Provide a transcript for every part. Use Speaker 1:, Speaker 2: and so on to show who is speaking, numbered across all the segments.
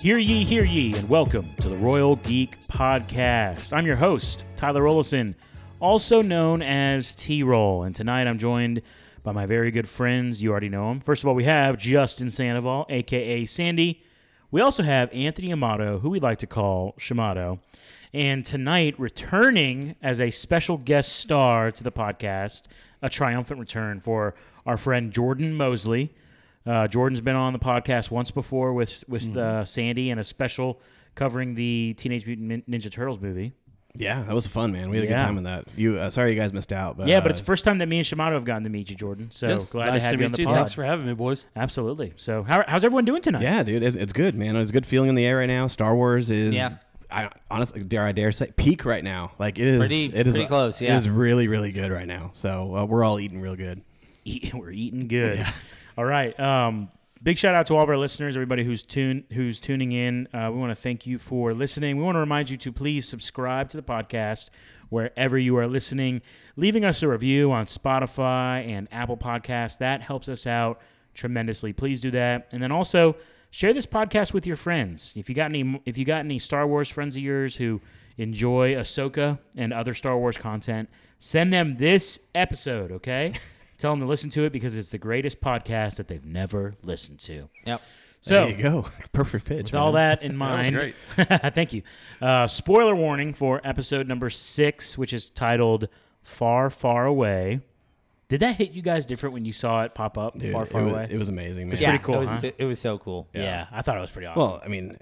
Speaker 1: Hear ye, hear ye, and welcome to the Royal Geek Podcast. I'm your host, Tyler Olison, also known as T Roll, and tonight I'm joined by my very good friends. You already know them. First of all, we have Justin Sandoval, aka Sandy. We also have Anthony Amato, who we like to call Shimato. And tonight, returning as a special guest star to the podcast, a triumphant return for our friend Jordan Mosley. Uh, Jordan's been on the podcast once before with with uh, Sandy and a special covering the Teenage Mutant Nin- Ninja Turtles movie.
Speaker 2: Yeah, that was fun, man. We had a
Speaker 1: Yeah.
Speaker 2: good time in that. You, uh, sorry you guys missed out, but
Speaker 1: Yeah, but
Speaker 2: uh,
Speaker 1: it's the first time that me and Shimato have gotten to meet you, Jordan. So
Speaker 3: Yes,
Speaker 1: glad
Speaker 3: nice
Speaker 1: to have you on
Speaker 3: meet
Speaker 1: the
Speaker 3: you.
Speaker 1: pod.
Speaker 3: Thanks for having me, boys.
Speaker 1: Absolutely. So how, how's everyone doing tonight?
Speaker 2: yeah, dude, it, it's good, man. There's a good feeling in the air right now. Star Wars is,
Speaker 4: Yeah.
Speaker 2: I honestly dare I dare say peak right now. Like it is,
Speaker 4: Pretty-
Speaker 2: it is
Speaker 4: pretty close,
Speaker 2: it
Speaker 4: yeah.
Speaker 2: is really, really good right now. So uh, we're all eating real good.
Speaker 1: Eat, we're eating good. All right. Um, big shout out to all of our listeners, everybody who's tune who's tuning in. Uh, we want to thank you for listening. We want to remind you to please subscribe to the podcast wherever you are listening, leaving us a review on Spotify and Apple Podcasts. That helps us out tremendously. Please do that, and then also share this podcast with your friends. If you got any, if you got any Star Wars friends of yours who enjoy Ahsoka and other Star Wars content, send them this episode. Okay, tell them to listen to it because it's the greatest podcast that they've never listened to.
Speaker 4: Yep.
Speaker 1: So
Speaker 2: there you go, perfect pitch.
Speaker 1: with all
Speaker 2: man.
Speaker 1: that in mind, thank you. Uh, spoiler warning for episode number six, which is titled "Far, Far Away." Did that hit you guys different when you saw it pop up?
Speaker 2: Dude,
Speaker 1: far, far
Speaker 2: it was,
Speaker 1: away.
Speaker 2: It was amazing, man.
Speaker 4: yeah,
Speaker 1: pretty cool,
Speaker 4: It was,
Speaker 1: huh?
Speaker 4: it was so cool.
Speaker 1: yeah. I thought it was pretty awesome.
Speaker 2: Well, I mean,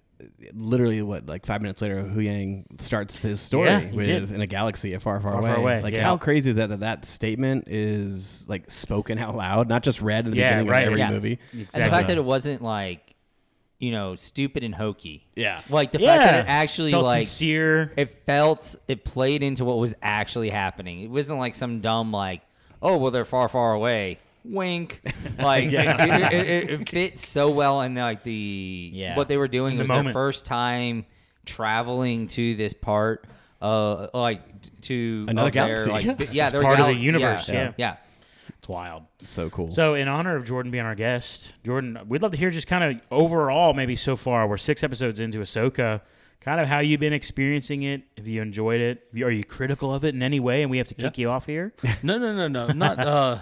Speaker 2: literally, what like five minutes later, Hu Yang starts his story
Speaker 1: Yeah, he
Speaker 2: with
Speaker 1: did.
Speaker 2: in a galaxy a far, far,
Speaker 1: Far,
Speaker 2: away.
Speaker 1: far away,
Speaker 2: Like,
Speaker 1: yeah.
Speaker 2: how crazy is that? That that statement is like spoken out loud, not just read in the
Speaker 1: Yeah,
Speaker 2: beginning
Speaker 1: right,
Speaker 2: of every
Speaker 4: yeah.
Speaker 2: movie.
Speaker 1: exactly.
Speaker 4: And the fact that it wasn't like, you know, stupid and hokey.
Speaker 2: Yeah.
Speaker 4: Like the fact that it actually
Speaker 1: felt
Speaker 4: like
Speaker 1: sincere.
Speaker 4: it felt it played into what was actually happening. It wasn't like some dumb like, oh well, they're far, far away. Wink. Like it, it, it, it fit so well in like the
Speaker 3: Yeah.
Speaker 4: what they were doing
Speaker 1: the
Speaker 4: was
Speaker 1: moment.
Speaker 4: their first time traveling to this part. Uh, like t- to
Speaker 2: Another
Speaker 4: of their,
Speaker 2: galaxy.
Speaker 4: like, bi- yeah, their
Speaker 1: part of the
Speaker 4: gal-
Speaker 1: universe, yeah.
Speaker 4: yeah,
Speaker 1: it's wild.
Speaker 2: So cool.
Speaker 1: So, in honor of Jordan being our guest, Jordan, we'd love to hear just kind of overall, maybe so far, we're six episodes into Ahsoka, kind of how you've been experiencing it. Have you enjoyed it? Have you- Are you critical of it in any way? And we have to kick you off here.
Speaker 3: No, no, no, no. Not uh,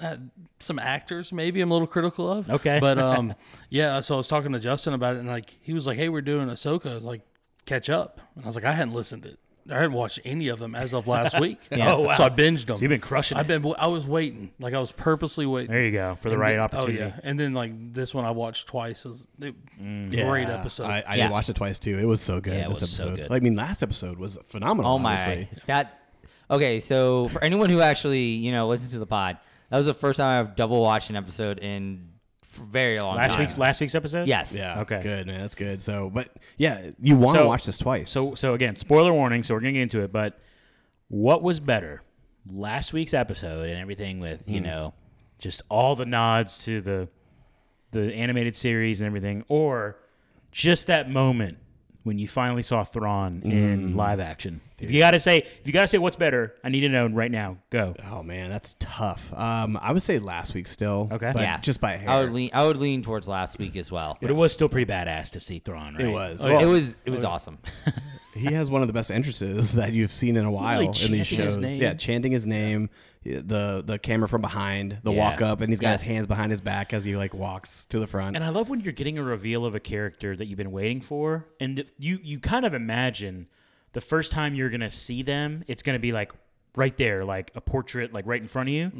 Speaker 3: uh, some actors. Maybe I'm a little critical of.
Speaker 1: Okay.
Speaker 3: but um, yeah. So I was talking to Justin about it, and like he was like, "Hey, we're doing Ahsoka. Like, catch up." And I was like, "I hadn't listened to." I hadn't watched any of them as of last week.
Speaker 1: Oh, wow.
Speaker 3: So I binged them.
Speaker 1: you've been crushing
Speaker 3: I've been. I was waiting. Like I was purposely waiting.
Speaker 1: There you go for the
Speaker 3: And
Speaker 1: right
Speaker 3: then-
Speaker 1: opportunity.
Speaker 3: Oh yeah. And then like this one I watched twice. It was- it-
Speaker 1: Mm.
Speaker 2: Yeah.
Speaker 3: Great episode.
Speaker 2: I, I
Speaker 4: Yeah.
Speaker 2: watched it twice too. It was so good.
Speaker 3: Yeah, it
Speaker 2: this
Speaker 3: was so
Speaker 2: episode.
Speaker 3: good.
Speaker 2: Like, I mean, last episode was phenomenal.
Speaker 4: Oh my,
Speaker 2: Honestly.
Speaker 4: that. Okay, so for anyone who actually you know listens to the pod, that was the first time I've double watched an episode in f- very long
Speaker 1: Last
Speaker 4: time.
Speaker 1: week's last week's episode.
Speaker 4: yes,
Speaker 2: Yeah.
Speaker 1: Okay.
Speaker 2: Good man. That's good. So, but yeah, you want to
Speaker 1: So-
Speaker 2: watch this twice.
Speaker 1: So, so again, spoiler warning. So we're gonna get into it, but what was better, last week's episode and everything with
Speaker 2: Hmm.
Speaker 1: you know, just all the nods to the the animated series and everything, or just that moment when you finally saw Thrawn
Speaker 2: Mm.
Speaker 1: in live action? If you gotta say, if you gotta say what's better, I need to know right now. Go.
Speaker 2: oh man, that's tough. Um, I would say last week still.
Speaker 1: Okay.
Speaker 2: But
Speaker 4: yeah,
Speaker 2: Just by hair.
Speaker 4: I would lean. I would lean towards last week as well.
Speaker 1: But it was still pretty badass to see Thrawn. Right?
Speaker 2: it was.
Speaker 3: Oh, yeah.
Speaker 4: It
Speaker 2: Well,
Speaker 4: was it was awesome.
Speaker 2: he has one of the best entrances that you've seen in a while in these
Speaker 1: chanting his
Speaker 2: shows.
Speaker 1: name.
Speaker 2: Yeah, chanting his name, the the camera from behind, the
Speaker 1: Yeah.
Speaker 2: walk up, and he's got his
Speaker 4: Yes.
Speaker 2: hands behind his back as he like walks to the front.
Speaker 1: And I love when you're getting a reveal of a character that you've been waiting for, and th- you you kind of imagine the first time you're gonna see them, it's gonna be like right there, like a portrait, like right in front of you.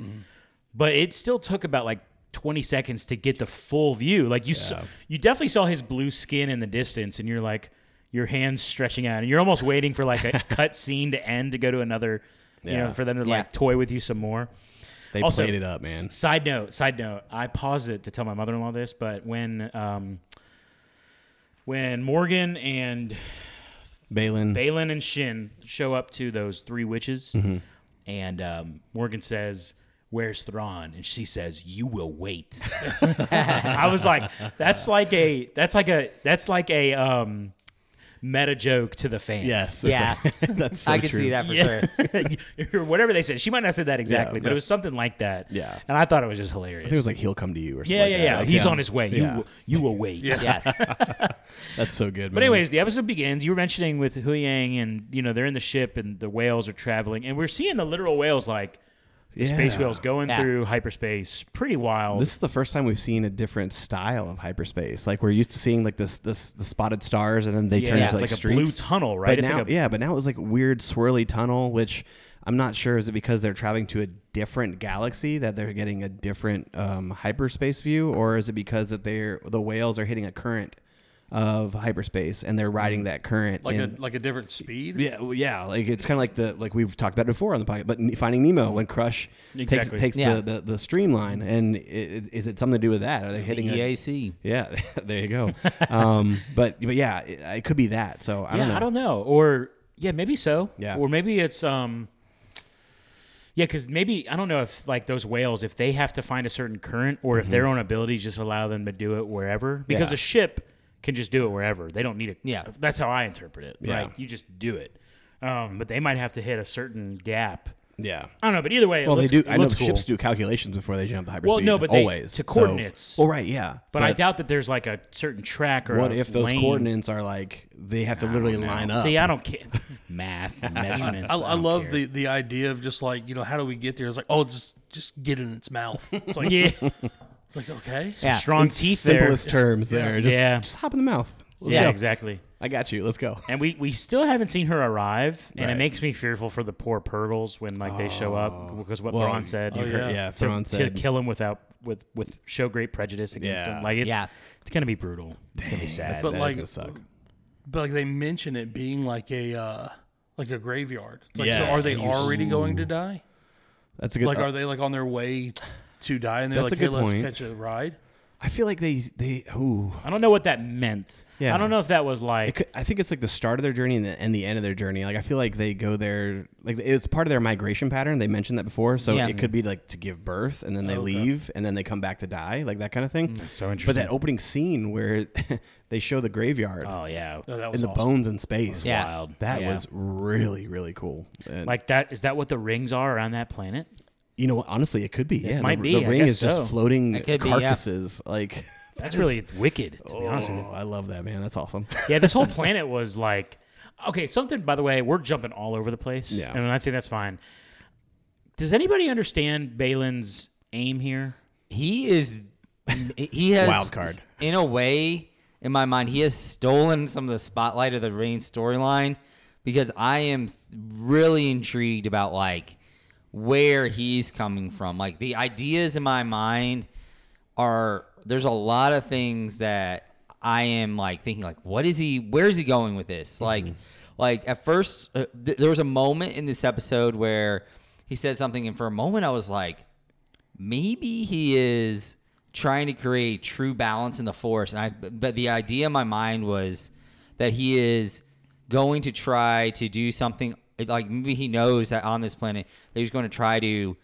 Speaker 1: But it still took about like 20 seconds to get the full view. Like you saw, you definitely saw his blue skin in the distance, and you're like your hands stretching out, and you're almost waiting for like a cut scene to end to go to another. You know,
Speaker 2: Yeah.
Speaker 1: for them to
Speaker 4: Yeah.
Speaker 1: like toy with you some more.
Speaker 2: they
Speaker 1: Also,
Speaker 2: played it up, man.
Speaker 1: s- Side note, side note. I paused it to tell my mother-in-law this, but when um, when Morgan and
Speaker 2: Balin.
Speaker 1: Balin and Shin show up to those three witches,
Speaker 2: Mm-hmm.
Speaker 1: and um, Morgan says. Where's Thrawn? And she says, "You will wait." I was like, "That's like a, that's like a, that's like a um, meta joke to the fans.
Speaker 2: Yes.
Speaker 4: Yeah.
Speaker 2: that's- that's so
Speaker 4: I can see
Speaker 2: true.
Speaker 4: that for sure.
Speaker 1: or whatever they said. She might not have said that exactly, but
Speaker 2: yeah.
Speaker 1: it was something like that.
Speaker 2: Yeah.
Speaker 1: And I thought it was just
Speaker 2: I
Speaker 1: hilarious.
Speaker 2: think it was like he'll come to you or something.
Speaker 1: yeah,
Speaker 2: like
Speaker 1: yeah,
Speaker 2: that.
Speaker 1: yeah.
Speaker 2: Like,
Speaker 1: He's on his way.
Speaker 2: Yeah.
Speaker 1: You you will wait.
Speaker 4: Yes.
Speaker 2: That's so good.
Speaker 1: But anyways, the episode begins. You were mentioning with Hu Yang, and you know they're in the ship, and the whales are traveling, and we're seeing the literal whales, like space whales, going
Speaker 4: Yeah.
Speaker 1: through hyperspace. Pretty wild.
Speaker 2: This is the first time we've seen a different style of hyperspace. Like we're used to seeing like this, this the spotted stars, and then they
Speaker 1: yeah,
Speaker 2: turn
Speaker 1: yeah,
Speaker 2: into like,
Speaker 1: a
Speaker 2: streaks.
Speaker 1: blue tunnel, right?
Speaker 2: But now,
Speaker 1: like a,
Speaker 2: yeah, but now it was like weird swirly tunnel, which I'm not sure is it because they're traveling to a different galaxy that they're getting a different um, hyperspace view, or is it because that they're the whales are hitting a current of hyperspace and they're
Speaker 1: Mm.
Speaker 2: riding that current
Speaker 3: like
Speaker 2: and-
Speaker 3: a like a different speed.
Speaker 2: yeah, well, yeah. Like it's kind of like the like we've talked about it before on the podcast, but Ne- Finding Nemo when Crush
Speaker 1: Exactly.
Speaker 2: takes, takes
Speaker 4: Yeah.
Speaker 2: the, the the streamline, and i- i- is it something to do with that? Are they hitting
Speaker 4: E
Speaker 2: E a-
Speaker 4: EAC.
Speaker 2: yeah, there you go. um, but but yeah, it, it could be that. So I
Speaker 1: yeah,
Speaker 2: don't know.
Speaker 1: I don't know. Or yeah, maybe so.
Speaker 2: Yeah.
Speaker 1: Or maybe it's um. Yeah, because maybe I don't know if like those whales, if they have to find a certain current, or if their own abilities just allow them to do it wherever. Because
Speaker 2: Mm-hmm. Yeah.
Speaker 1: a ship can just do it wherever. They don't need it.
Speaker 4: Yeah.
Speaker 1: that's how I interpret it.
Speaker 2: Yeah.
Speaker 1: Like you just do it. Um, but they might have to hit a certain gap.
Speaker 2: yeah.
Speaker 1: I don't know, but either way, it
Speaker 2: Well,
Speaker 1: looked-
Speaker 2: they
Speaker 1: it
Speaker 2: do. I know
Speaker 1: looked
Speaker 2: the ships
Speaker 1: cool.
Speaker 2: do calculations before they jump to hyperspeed.
Speaker 1: Well, no, but they-
Speaker 2: always
Speaker 1: to coordinates.
Speaker 2: So, well, right, yeah.
Speaker 1: But, I doubt that there's like a certain track or
Speaker 2: What
Speaker 1: a
Speaker 2: if those
Speaker 1: lane.
Speaker 2: coordinates are like they have to literally line up?
Speaker 1: See, I don't care. Math, measurements.
Speaker 3: I, I,
Speaker 1: don't
Speaker 3: love
Speaker 1: care.
Speaker 3: the the idea of just like you know how do we get there? It's like oh just just get in its mouth. It's like
Speaker 1: yeah,
Speaker 3: it's like okay.
Speaker 4: Yeah.
Speaker 1: strong teeth there.
Speaker 2: simplest terms there. Just,
Speaker 1: Yeah.
Speaker 2: just hop in the mouth. Let's
Speaker 1: Yeah,
Speaker 2: go.
Speaker 1: exactly.
Speaker 2: I got you. Let's go.
Speaker 1: And we, we still haven't seen her arrive, and it
Speaker 2: Right.
Speaker 1: makes me fearful for the poor Purgles when like they show up because what
Speaker 2: Well,
Speaker 1: Thrawn said,
Speaker 3: oh,
Speaker 1: you
Speaker 3: Yeah.
Speaker 1: heard,
Speaker 2: Yeah,
Speaker 1: to,
Speaker 2: Thrawn
Speaker 1: to
Speaker 2: said.
Speaker 1: kill him without with with show great prejudice against
Speaker 2: Yeah.
Speaker 1: him. Like it's
Speaker 4: Yeah.
Speaker 1: it's gonna be brutal. It's gonna be sad.
Speaker 3: But
Speaker 2: That is
Speaker 3: like-
Speaker 2: gonna suck.
Speaker 3: But like they mention it being like a uh like a graveyard. It's Like so
Speaker 2: Yes.
Speaker 3: are they already going to die?
Speaker 2: That's a good. uh,
Speaker 3: like are they like on their way to die and they're
Speaker 2: That's
Speaker 3: like
Speaker 2: a
Speaker 3: hey
Speaker 2: good
Speaker 3: let's
Speaker 2: point.
Speaker 3: catch a ride?
Speaker 2: I feel like they they. Ooh,
Speaker 1: I don't know what that meant.
Speaker 2: Yeah.
Speaker 1: I don't know if that was
Speaker 2: I,
Speaker 1: like
Speaker 2: could, I think it's like the start of their journey and the, and the end of their journey. Like I feel like they go there. Like it's part of their migration pattern. They mentioned that before, so
Speaker 4: Yeah.
Speaker 2: it could be like to give birth and then they leave and then they come back to die, like that kind of thing.
Speaker 1: so
Speaker 2: But
Speaker 1: interesting.
Speaker 2: that opening scene where they show the graveyard
Speaker 1: oh yeah,
Speaker 3: No, that was
Speaker 2: and the
Speaker 3: awesome.
Speaker 2: bones in space.
Speaker 4: Yeah.
Speaker 1: wild.
Speaker 2: That
Speaker 4: Yeah.
Speaker 2: was really, really cool. And
Speaker 1: Like that is that what the rings are around that planet?
Speaker 2: you know, what? honestly, it could be. yeah,
Speaker 1: might
Speaker 2: the,
Speaker 1: be,
Speaker 2: the
Speaker 1: I
Speaker 2: ring
Speaker 1: guess
Speaker 2: is just
Speaker 1: so.
Speaker 2: floating
Speaker 4: It could be, yeah.
Speaker 2: carcasses. Like
Speaker 1: That's really wicked. To be honest with you.
Speaker 2: Oh, I love that man. That's awesome.
Speaker 1: Yeah, this whole planet was like, okay, something. By the way, we're jumping all over the place,
Speaker 2: Yeah.
Speaker 1: and I think that's fine. Does anybody understand Balin's aim here?
Speaker 4: He is. He has
Speaker 2: Wild card.
Speaker 4: In a way, in my mind, he has stolen some of the spotlight of the Rain storyline because I am really intrigued about like where he's coming from. Like the ideas in my mind are there's a lot of things that I am like thinking like what is he where is he going with this
Speaker 2: Mm-hmm.
Speaker 4: like like at first uh, th- there was a moment in this episode where he said something and for a moment I was like maybe he is trying to create true balance in the force and I but the idea in my mind was that he is going to try to do something like maybe he knows that on this planet that he's going to try to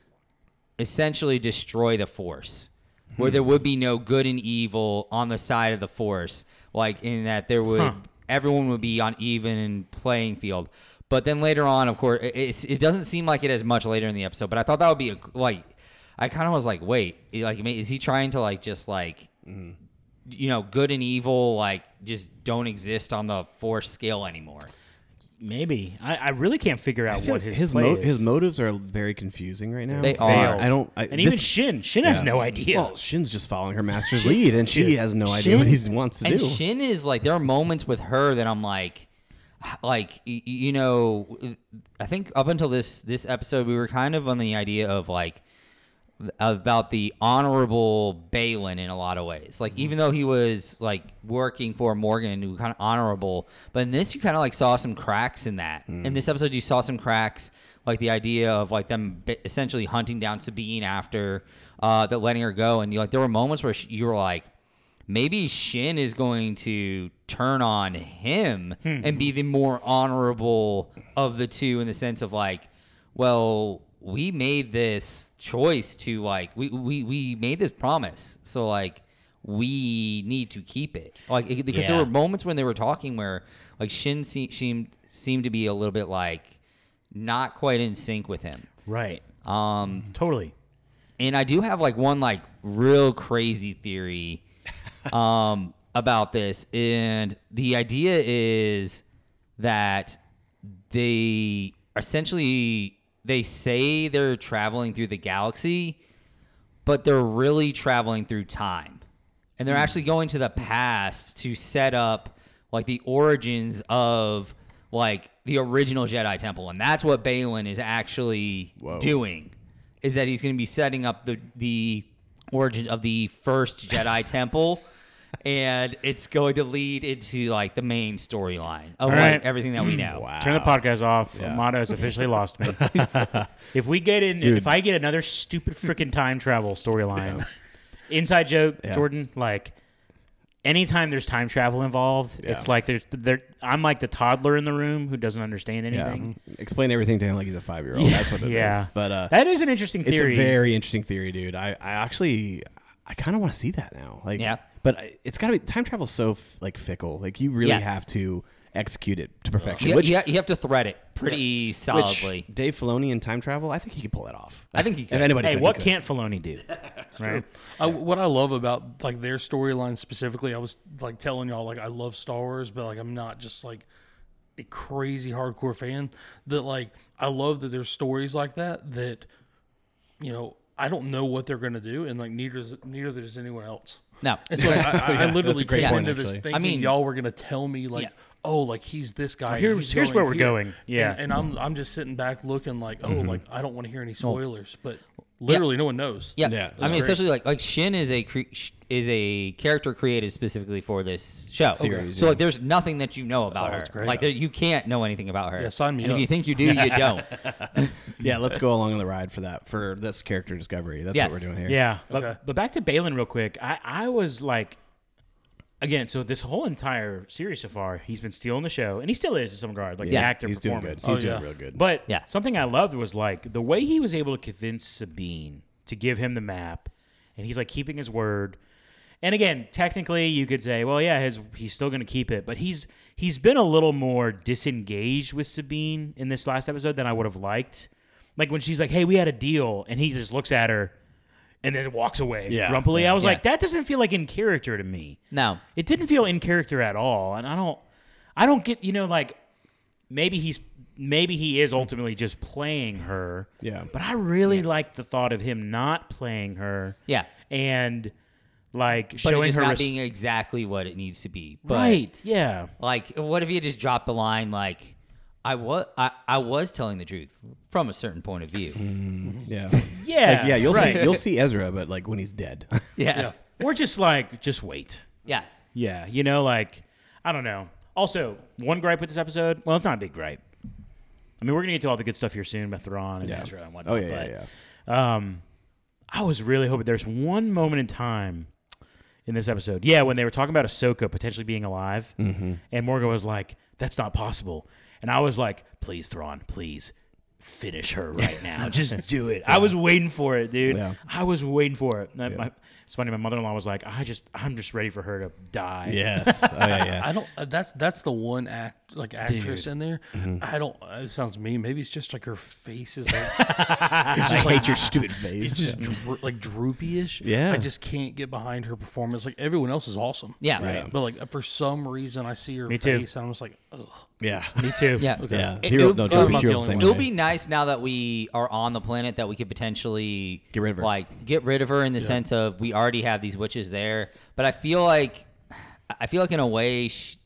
Speaker 4: essentially destroy the force where there would be no good and evil on the side of the force like in that there would everyone would be on even and playing field but then later on of course it, it's- it doesn't seem like it as much later in the episode but i thought that would be a, like i kind of was like wait like I mean, is he trying to like just like you know good and evil like just don't exist on the force scale anymore
Speaker 1: Maybe I, I really can't figure out
Speaker 2: I feel
Speaker 1: what
Speaker 2: like
Speaker 1: his
Speaker 2: his
Speaker 1: play
Speaker 2: mo-
Speaker 1: is.
Speaker 2: his motives are very confusing right now.
Speaker 4: They are.
Speaker 2: I don't. I,
Speaker 1: and
Speaker 2: this-
Speaker 1: even Shin, Shin has no idea.
Speaker 2: Well, Shin's just following her master's lead, and she has no idea what he wants to
Speaker 4: and
Speaker 2: do.
Speaker 4: Shin is like there are moments with her that I'm like, like y- y- you know, I think up until this this episode we were kind of on the idea of like about the honorable Balin in a lot of ways.
Speaker 2: Mm-hmm.
Speaker 4: Like even though he was like working for Morgan and he was kind of honorable, but in this you kind of like saw some cracks in that.
Speaker 2: Mm.
Speaker 4: In this episode you saw some cracks like the idea of like them b- essentially hunting down Sabine after uh that letting her go and you like there were moments where sh- you were like maybe Shin is going to turn on him and be the more honorable of the two in the sense of like, well, we made this choice to like we we, we made this promise. So like we need to keep it. Like it- because there
Speaker 1: Yeah.
Speaker 4: were moments when they were talking where like Shin se- seemed seemed to be a little bit like not quite in sync with him.
Speaker 1: Right.
Speaker 4: Um,
Speaker 1: Totally.
Speaker 4: and I do have like one like real crazy theory um about this and the idea is that they essentially they say they're traveling through the galaxy but they're really traveling through time
Speaker 1: Hmm.
Speaker 4: and they're actually going to the past to set up like the origins of like the original Jedi Temple and that's what Balin is actually doing is that he's going to be setting up the the origin of the first Jedi Temple and it's going to lead into like the main storyline
Speaker 1: All
Speaker 4: of like
Speaker 1: right. Hmm.
Speaker 4: everything that we know.
Speaker 1: Turn the podcast off. Amato has officially lost me. if we get in, if I get another stupid freaking time travel storyline, inside joke, Jordan, like. Anytime there's time travel involved, it's like there's there. I'm like the toddler in the room who doesn't understand
Speaker 2: Yeah.
Speaker 1: anything.
Speaker 2: Explain everything to him like he's a five year old. That's what it is.
Speaker 1: yeah.
Speaker 2: But uh,
Speaker 1: That is an interesting
Speaker 2: it's
Speaker 1: theory.
Speaker 2: a very interesting theory, dude. I, I actually I kind of want to see that now. Like,
Speaker 4: Yeah.
Speaker 2: But I- it's got to be time travel so f- like fickle. Like you really
Speaker 4: Yes.
Speaker 2: have to execute it to perfection.
Speaker 4: You,
Speaker 2: which,
Speaker 4: you, you have to thread it pretty
Speaker 2: which
Speaker 4: solidly.
Speaker 2: Dave Filoni and time travel, I think he could pull that off.
Speaker 4: I think he could.
Speaker 2: If anybody
Speaker 1: hey,
Speaker 2: could, he
Speaker 1: what
Speaker 2: could.
Speaker 1: can't Filoni do? right?
Speaker 3: I, what I love about like their storyline specifically, I was like telling y'all like I love Star Wars, but like I'm not just like a crazy hardcore fan. That like I love that there's stories like that that you know I don't know what they're gonna do, and like neither does, neither does anyone else.
Speaker 4: No.
Speaker 3: It's like I, I, I literally
Speaker 2: great
Speaker 3: came
Speaker 2: point,
Speaker 3: into this
Speaker 2: actually.
Speaker 3: thinking
Speaker 4: I mean-
Speaker 3: y'all were gonna tell me like, oh, like he's this guy. and
Speaker 1: Here's-
Speaker 3: he's
Speaker 1: here's where we're
Speaker 3: here."
Speaker 1: going. Yeah.
Speaker 3: and, and I'm I'm just sitting back looking like, oh, like I don't want to hear any spoilers, but literally no one knows.
Speaker 4: Yeah,
Speaker 2: Yeah,
Speaker 4: I mean,
Speaker 2: that's great.
Speaker 4: essentially, like like Shin is a cre- sh- is a character created specifically for this show.
Speaker 2: Series,
Speaker 4: So
Speaker 2: yeah.
Speaker 4: like, there's nothing that you know about her.
Speaker 3: that's great.
Speaker 4: Like, there, you can't know anything about her.
Speaker 3: Yeah, sign me
Speaker 4: and
Speaker 3: up.
Speaker 4: If you think you do, you don't.
Speaker 2: Yeah, let's go along on the ride for that for this character discovery. That's
Speaker 4: Yes.
Speaker 2: what we're doing here.
Speaker 1: Yeah. But,
Speaker 3: Okay.
Speaker 1: but back to Balin real quick. I, I was like, again, so this whole entire series so far, he's been stealing the show, and he still is in some regard, like the actor
Speaker 2: he's doing good.
Speaker 1: performance.
Speaker 2: He's
Speaker 3: Oh,
Speaker 2: doing
Speaker 3: yeah.
Speaker 2: real good.
Speaker 1: But
Speaker 4: Yeah.
Speaker 1: something I loved was like the way he was able to convince Sabine to give him the map, and he's like keeping his word. And again, technically, you could say, well, yeah, his, he's still going to keep it, but he's he's been a little more disengaged with Sabine in this last episode than I would have liked. Like when she's like, "Hey, we had a deal," and he just looks at her and then walks away
Speaker 2: Yeah.
Speaker 1: grumpily. I was
Speaker 4: Yeah.
Speaker 1: like, that doesn't feel like in character to me.
Speaker 4: No.
Speaker 1: It didn't feel in character at all, and I don't, I don't get. You know, like maybe he's maybe he is ultimately just playing her.
Speaker 2: Yeah.
Speaker 1: But I really like the thought of him not playing her.
Speaker 4: Yeah.
Speaker 1: And like
Speaker 4: But it's
Speaker 1: showing
Speaker 4: just
Speaker 1: her
Speaker 4: not
Speaker 1: res-
Speaker 4: being exactly what it needs to be. But,
Speaker 1: right. Yeah.
Speaker 4: Like, what if you just dropped the line like, I was I, I was telling the truth from a certain point of view.
Speaker 2: yeah,
Speaker 1: Yeah.
Speaker 2: Like, yeah. You'll
Speaker 1: right.
Speaker 2: see you'll see Ezra, but like when he's dead.
Speaker 4: Yeah.
Speaker 1: Or just like just wait.
Speaker 4: Yeah.
Speaker 1: Yeah. You know, like I don't know. Also, one gripe with this episode. Well, it's not a big gripe. I mean, we're gonna get to all the good stuff here soon about Thrawn and
Speaker 2: Yeah.
Speaker 1: Ezra and whatnot.
Speaker 2: oh yeah, yeah,
Speaker 1: but
Speaker 2: yeah.
Speaker 1: Um, I was really hoping there's one moment in time in this episode. Yeah, when they were talking about Ahsoka potentially being alive,
Speaker 2: Mm-hmm.
Speaker 1: and Morgan was like, "That's not possible," and I was like, "Please, Thrawn, please." Finish her right now. Just do it. I was waiting for it, dude.
Speaker 2: Yeah.
Speaker 1: I was waiting for it. And I- my- it's funny. My mother-in-law was like, "I just, I'm just ready for her to die."
Speaker 2: Yes. Oh yeah, yeah.
Speaker 3: I don't. uh, That's that's the one act like actress in there. I don't. uh, It sounds mean. Maybe it's just like her face is like
Speaker 2: I hate your stupid face.
Speaker 3: it's just dro- like droopy-ish.
Speaker 2: Yeah.
Speaker 3: I just can't get behind her performance. Like everyone else is awesome.
Speaker 4: Yeah. Right.
Speaker 3: But like for some reason, I see her
Speaker 1: Me too.
Speaker 3: face and I'm just like, ugh.
Speaker 2: yeah.
Speaker 1: Me too.
Speaker 4: Yeah.
Speaker 2: Yeah.
Speaker 4: It-
Speaker 2: Hero,
Speaker 4: it'll-
Speaker 2: no,
Speaker 4: it'll
Speaker 2: Jordan,
Speaker 4: be-
Speaker 2: Hero's the
Speaker 3: dealing
Speaker 2: same
Speaker 3: with
Speaker 2: way.
Speaker 4: It'll be nice now that we are on the planet that we could potentially
Speaker 2: Get rid of her.
Speaker 4: Like get rid of her in the sense of we already have these witches there, but I feel like I feel like in a way she,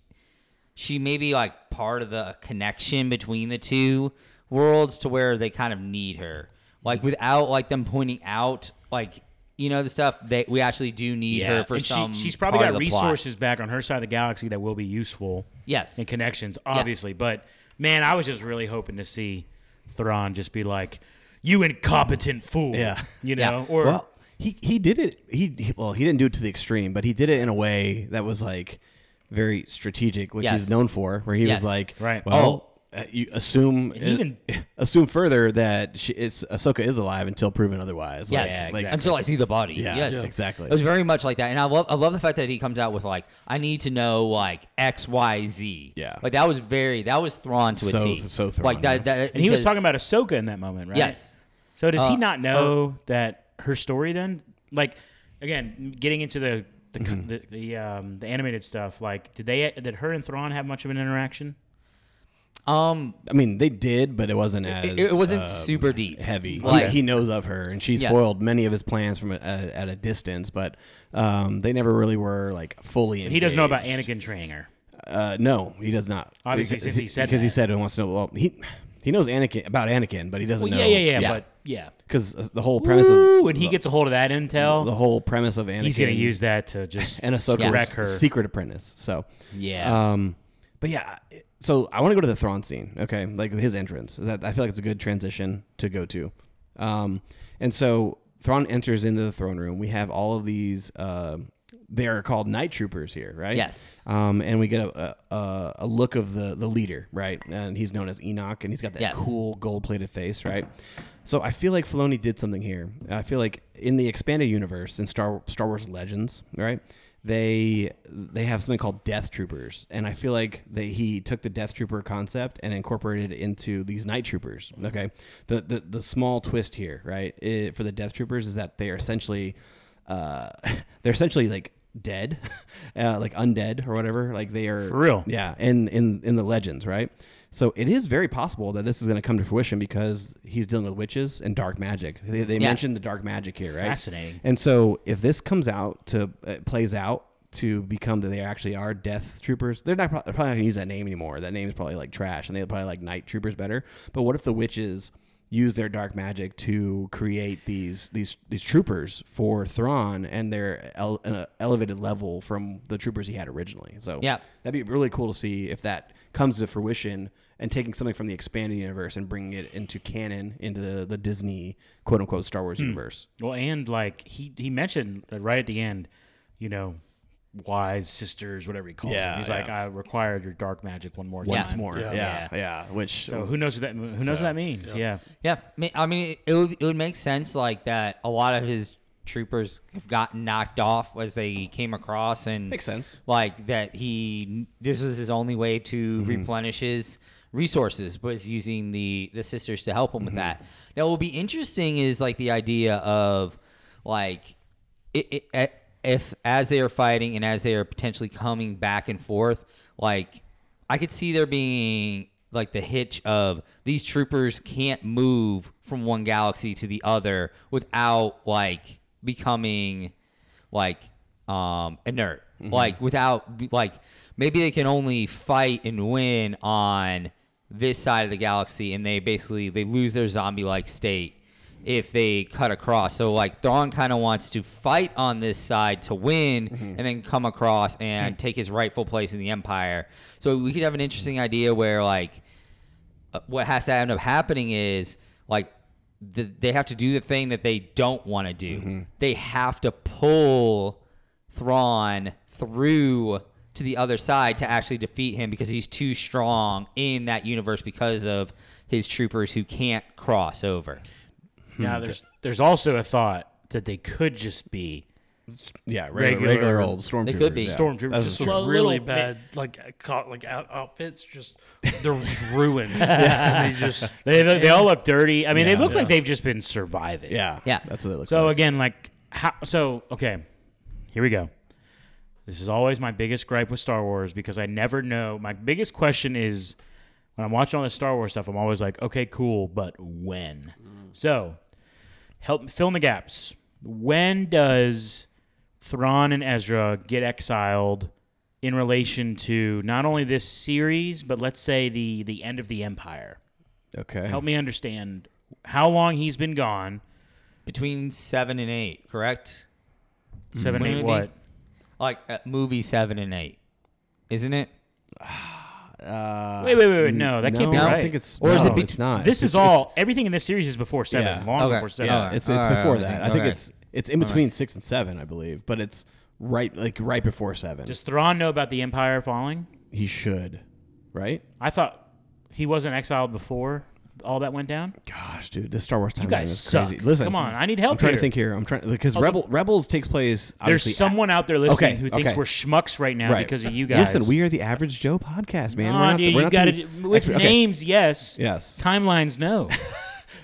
Speaker 4: she may be like part of the connection between the two worlds to where they kind of need her. Like
Speaker 2: Mm-hmm.
Speaker 4: without like them pointing out like you know the stuff that we actually do need her for
Speaker 1: and she-
Speaker 4: some.
Speaker 1: she's probably
Speaker 4: part
Speaker 1: got
Speaker 4: of the plot.
Speaker 1: resources back on her side of the galaxy that will be useful.
Speaker 4: Yes.
Speaker 1: and connections, obviously. But man, I was just really hoping to see Thrawn just be like, "You incompetent fool,"
Speaker 2: Yeah.
Speaker 1: you
Speaker 4: Yeah.
Speaker 1: know, or
Speaker 2: well, he he did it. He, he- well, he didn't do it to the extreme, but he did it in a way that was like very strategic, which
Speaker 4: Yes.
Speaker 2: he's known for. Where he
Speaker 4: Yes.
Speaker 2: was
Speaker 4: Oh.
Speaker 2: like,
Speaker 1: Right.
Speaker 2: well, uh, you assume
Speaker 1: he even
Speaker 2: assume further that she, it's Ahsoka is alive until proven otherwise.
Speaker 4: Yes.
Speaker 2: Like, like-
Speaker 4: Until I see the body.
Speaker 2: Yeah,
Speaker 4: yes.
Speaker 2: yeah. exactly.
Speaker 4: It was very much like that. And I love I love the fact that he comes out with like, I need to know like X, Y, Z.
Speaker 2: Yeah.
Speaker 4: Like that was very that was Thrawn to a T.
Speaker 2: So- so Thrawn,
Speaker 4: like
Speaker 2: yeah.
Speaker 4: that, that
Speaker 1: And he was
Speaker 4: because-
Speaker 1: talking about Ahsoka in that moment, right?
Speaker 4: Yes.
Speaker 1: So does he
Speaker 4: Uh,
Speaker 1: not know that her story then? Like, again, getting into the the
Speaker 4: Mm-hmm.
Speaker 1: the, the, um, the animated stuff. Like, did they did her and Thrawn have much of an interaction?
Speaker 4: Um
Speaker 2: I mean, they did, but it wasn't as
Speaker 4: it, it wasn't
Speaker 2: um,
Speaker 4: super deep.
Speaker 2: heavy.
Speaker 4: Like-
Speaker 2: he, he knows of her, and she's
Speaker 4: Yes.
Speaker 2: foiled many of his plans from a, a, at a distance. But um, they never really were like fully. Engaged.
Speaker 1: He doesn't know about Anakin training her.
Speaker 2: Uh, no, he does not.
Speaker 1: Obviously,
Speaker 2: Because-
Speaker 1: since he said
Speaker 2: because he
Speaker 1: that.
Speaker 2: said he wants to know. Well, he he knows Anakin about Anakin, but he doesn't
Speaker 1: Well,
Speaker 2: know.
Speaker 1: yeah, yeah, yeah,
Speaker 4: yeah.
Speaker 1: But yeah,
Speaker 2: Because the whole premise
Speaker 1: Ooh,
Speaker 2: of
Speaker 1: and he gets a hold of that intel.
Speaker 2: the whole premise of Anakin.
Speaker 1: He's gonna use that to just
Speaker 2: and Ahsoka
Speaker 1: Yeah.
Speaker 2: was
Speaker 1: Wreck her.
Speaker 2: secret apprentice. So
Speaker 4: Yeah.
Speaker 2: Um, but yeah, it- so I want to go to the Thrawn scene. Okay, like his entrance. That I feel like it's a good transition to go to. Um, and so Thrawn enters into the throne room. We have all of these. Uh, they are called night troopers here, right?
Speaker 4: Yes.
Speaker 2: Um, and we get a, a a look of the the leader, right? And he's known as Enoch, and he's got that
Speaker 4: Yes.
Speaker 2: cool gold plated face, right? So I feel like Filoni did something here. I feel like in the expanded universe in Star Star Wars Legends, right? They they have something called Death Troopers, and I feel like they, he took the Death Trooper concept and incorporated it into these Night Troopers. Okay, the the, the small twist here, right, i- for the Death Troopers is that they are essentially uh, they're essentially like dead, uh, like undead or whatever. Like they are
Speaker 1: For real.
Speaker 2: Yeah, in in in the legends, right? So it is very possible that this is going to come to fruition because he's dealing with witches and dark magic. They, they
Speaker 4: Yeah.
Speaker 2: mentioned the dark magic here, right?
Speaker 1: Fascinating.
Speaker 2: And so if this comes out to uh, plays out to become that they actually are death troopers, they're not pro- they're probably not going to use that name anymore. That name is probably like trash, and they probably like night troopers better. But what if the witches? Use their dark magic to create these these these troopers for Thrawn and their ele- uh, elevated level from the troopers he had originally. So
Speaker 4: Yeah.
Speaker 2: that'd be really cool to see if that comes to fruition and taking something from the expanded universe and bringing it into canon into the, the Disney quote unquote Star Wars universe.
Speaker 1: Well, and like he he mentioned right at the end, you know, wise sisters, whatever he calls
Speaker 2: Yeah,
Speaker 1: them. He's like,
Speaker 2: yeah.
Speaker 1: I require your dark magic one more
Speaker 4: Once
Speaker 1: time.
Speaker 2: more.
Speaker 3: Yeah.
Speaker 2: yeah,
Speaker 4: Yeah.
Speaker 2: yeah. Which
Speaker 1: So who knows what that who knows what that means? Yeah.
Speaker 4: Yeah, I mean- I mean, it, it would it would make sense like that. A lot of his troopers have gotten knocked off as they came across, and
Speaker 2: Makes sense.
Speaker 4: Like that, he this was his only way to replenish his resources was using the the sisters to help him with that. Now, what will be interesting is like the idea of like it, it, a- if as they are fighting and as they are potentially coming back and forth, like I could see there being like the hitch of these troopers can't move from one galaxy to the other without like becoming like um inert like without like maybe they can only fight and win on this side of the galaxy and they basically they lose their zombie like state if they cut across so like Thrawn kind of wants to fight on this side to win and then come across and take his rightful place in the empire so we could have an interesting idea where like uh, what has to end up happening is like the, they have to do the thing that they don't want to do. They have to pull Thrawn through to the other side to actually defeat him because he's too strong in that universe because of his troopers who can't cross over.
Speaker 2: Hmm.
Speaker 1: Now there's there's also a thought that they could just be
Speaker 2: yeah, regular,
Speaker 1: Regular-
Speaker 2: regular old stormtroopers.
Speaker 4: They could be.
Speaker 2: yeah.
Speaker 1: stormtroopers,
Speaker 2: That's
Speaker 1: just
Speaker 3: Just
Speaker 1: a
Speaker 3: like
Speaker 1: little
Speaker 3: really
Speaker 1: bit-
Speaker 3: bad, like uh, co- like out- outfits. Just they're just ruined. They just
Speaker 1: They, they, they all look dirty. I mean, they look like they've just been surviving.
Speaker 2: Yeah,
Speaker 4: Yeah.
Speaker 2: That's what it looks
Speaker 1: So
Speaker 2: like.
Speaker 1: again, like how? So okay, here we go. This is always my biggest gripe with Star Wars because I never know. My biggest question is when I'm watching all this Star Wars stuff, I'm always like, okay, cool, but when? So help fill in the gaps. When does Thrawn and Ezra get exiled in relation to not only this series, but let's say the the end of the Empire?
Speaker 2: Okay.
Speaker 1: Help me understand how long he's been gone.
Speaker 4: Between seven and eight, correct?
Speaker 1: Seven,
Speaker 4: What do
Speaker 1: eight,
Speaker 4: you
Speaker 1: what?
Speaker 4: mean? Like uh, movie seven and eight, isn't it?
Speaker 2: Uh,
Speaker 1: Wait, wait, wait, wait. No, that can't be
Speaker 2: I don't
Speaker 1: right.
Speaker 2: think it's.
Speaker 4: Or
Speaker 2: no,
Speaker 4: is it be-
Speaker 2: it's not.
Speaker 1: This
Speaker 2: It's-
Speaker 1: is all. Everything in this series is before seven.
Speaker 2: Yeah.
Speaker 1: Long
Speaker 4: Okay.
Speaker 1: before
Speaker 2: It's,
Speaker 1: seven.
Speaker 2: yeah,
Speaker 4: Alright,
Speaker 2: it's, it's
Speaker 4: alright,
Speaker 2: before
Speaker 4: alright,
Speaker 2: that. I
Speaker 4: alright.
Speaker 2: think it's it's in between six and seven, I believe, but it's right like right before seven.
Speaker 1: Does Thrawn know about the Empire falling?
Speaker 2: he should, right?
Speaker 1: I thought he wasn't exiled before. all that went down?
Speaker 2: Gosh, dude, this Star Wars timeline
Speaker 1: guys
Speaker 2: is crazy.
Speaker 1: suck.
Speaker 2: Listen,
Speaker 1: Come on, I need help
Speaker 2: I'm trying
Speaker 1: here.
Speaker 2: to think here. I'm trying because Rebel Rebels takes place. obviously,
Speaker 1: There's someone out there listening
Speaker 2: Okay,
Speaker 1: who thinks
Speaker 2: okay.
Speaker 1: we're schmucks right now
Speaker 2: Right.
Speaker 1: because of you guys.
Speaker 2: Listen, we are the average Joe podcast, man.
Speaker 1: Come
Speaker 2: we're
Speaker 1: on,
Speaker 2: not,
Speaker 1: dude,
Speaker 2: we're
Speaker 1: you
Speaker 2: not
Speaker 1: got
Speaker 2: the,
Speaker 1: to with
Speaker 2: okay.
Speaker 1: names, yes.
Speaker 2: Yes.
Speaker 1: Timelines, no.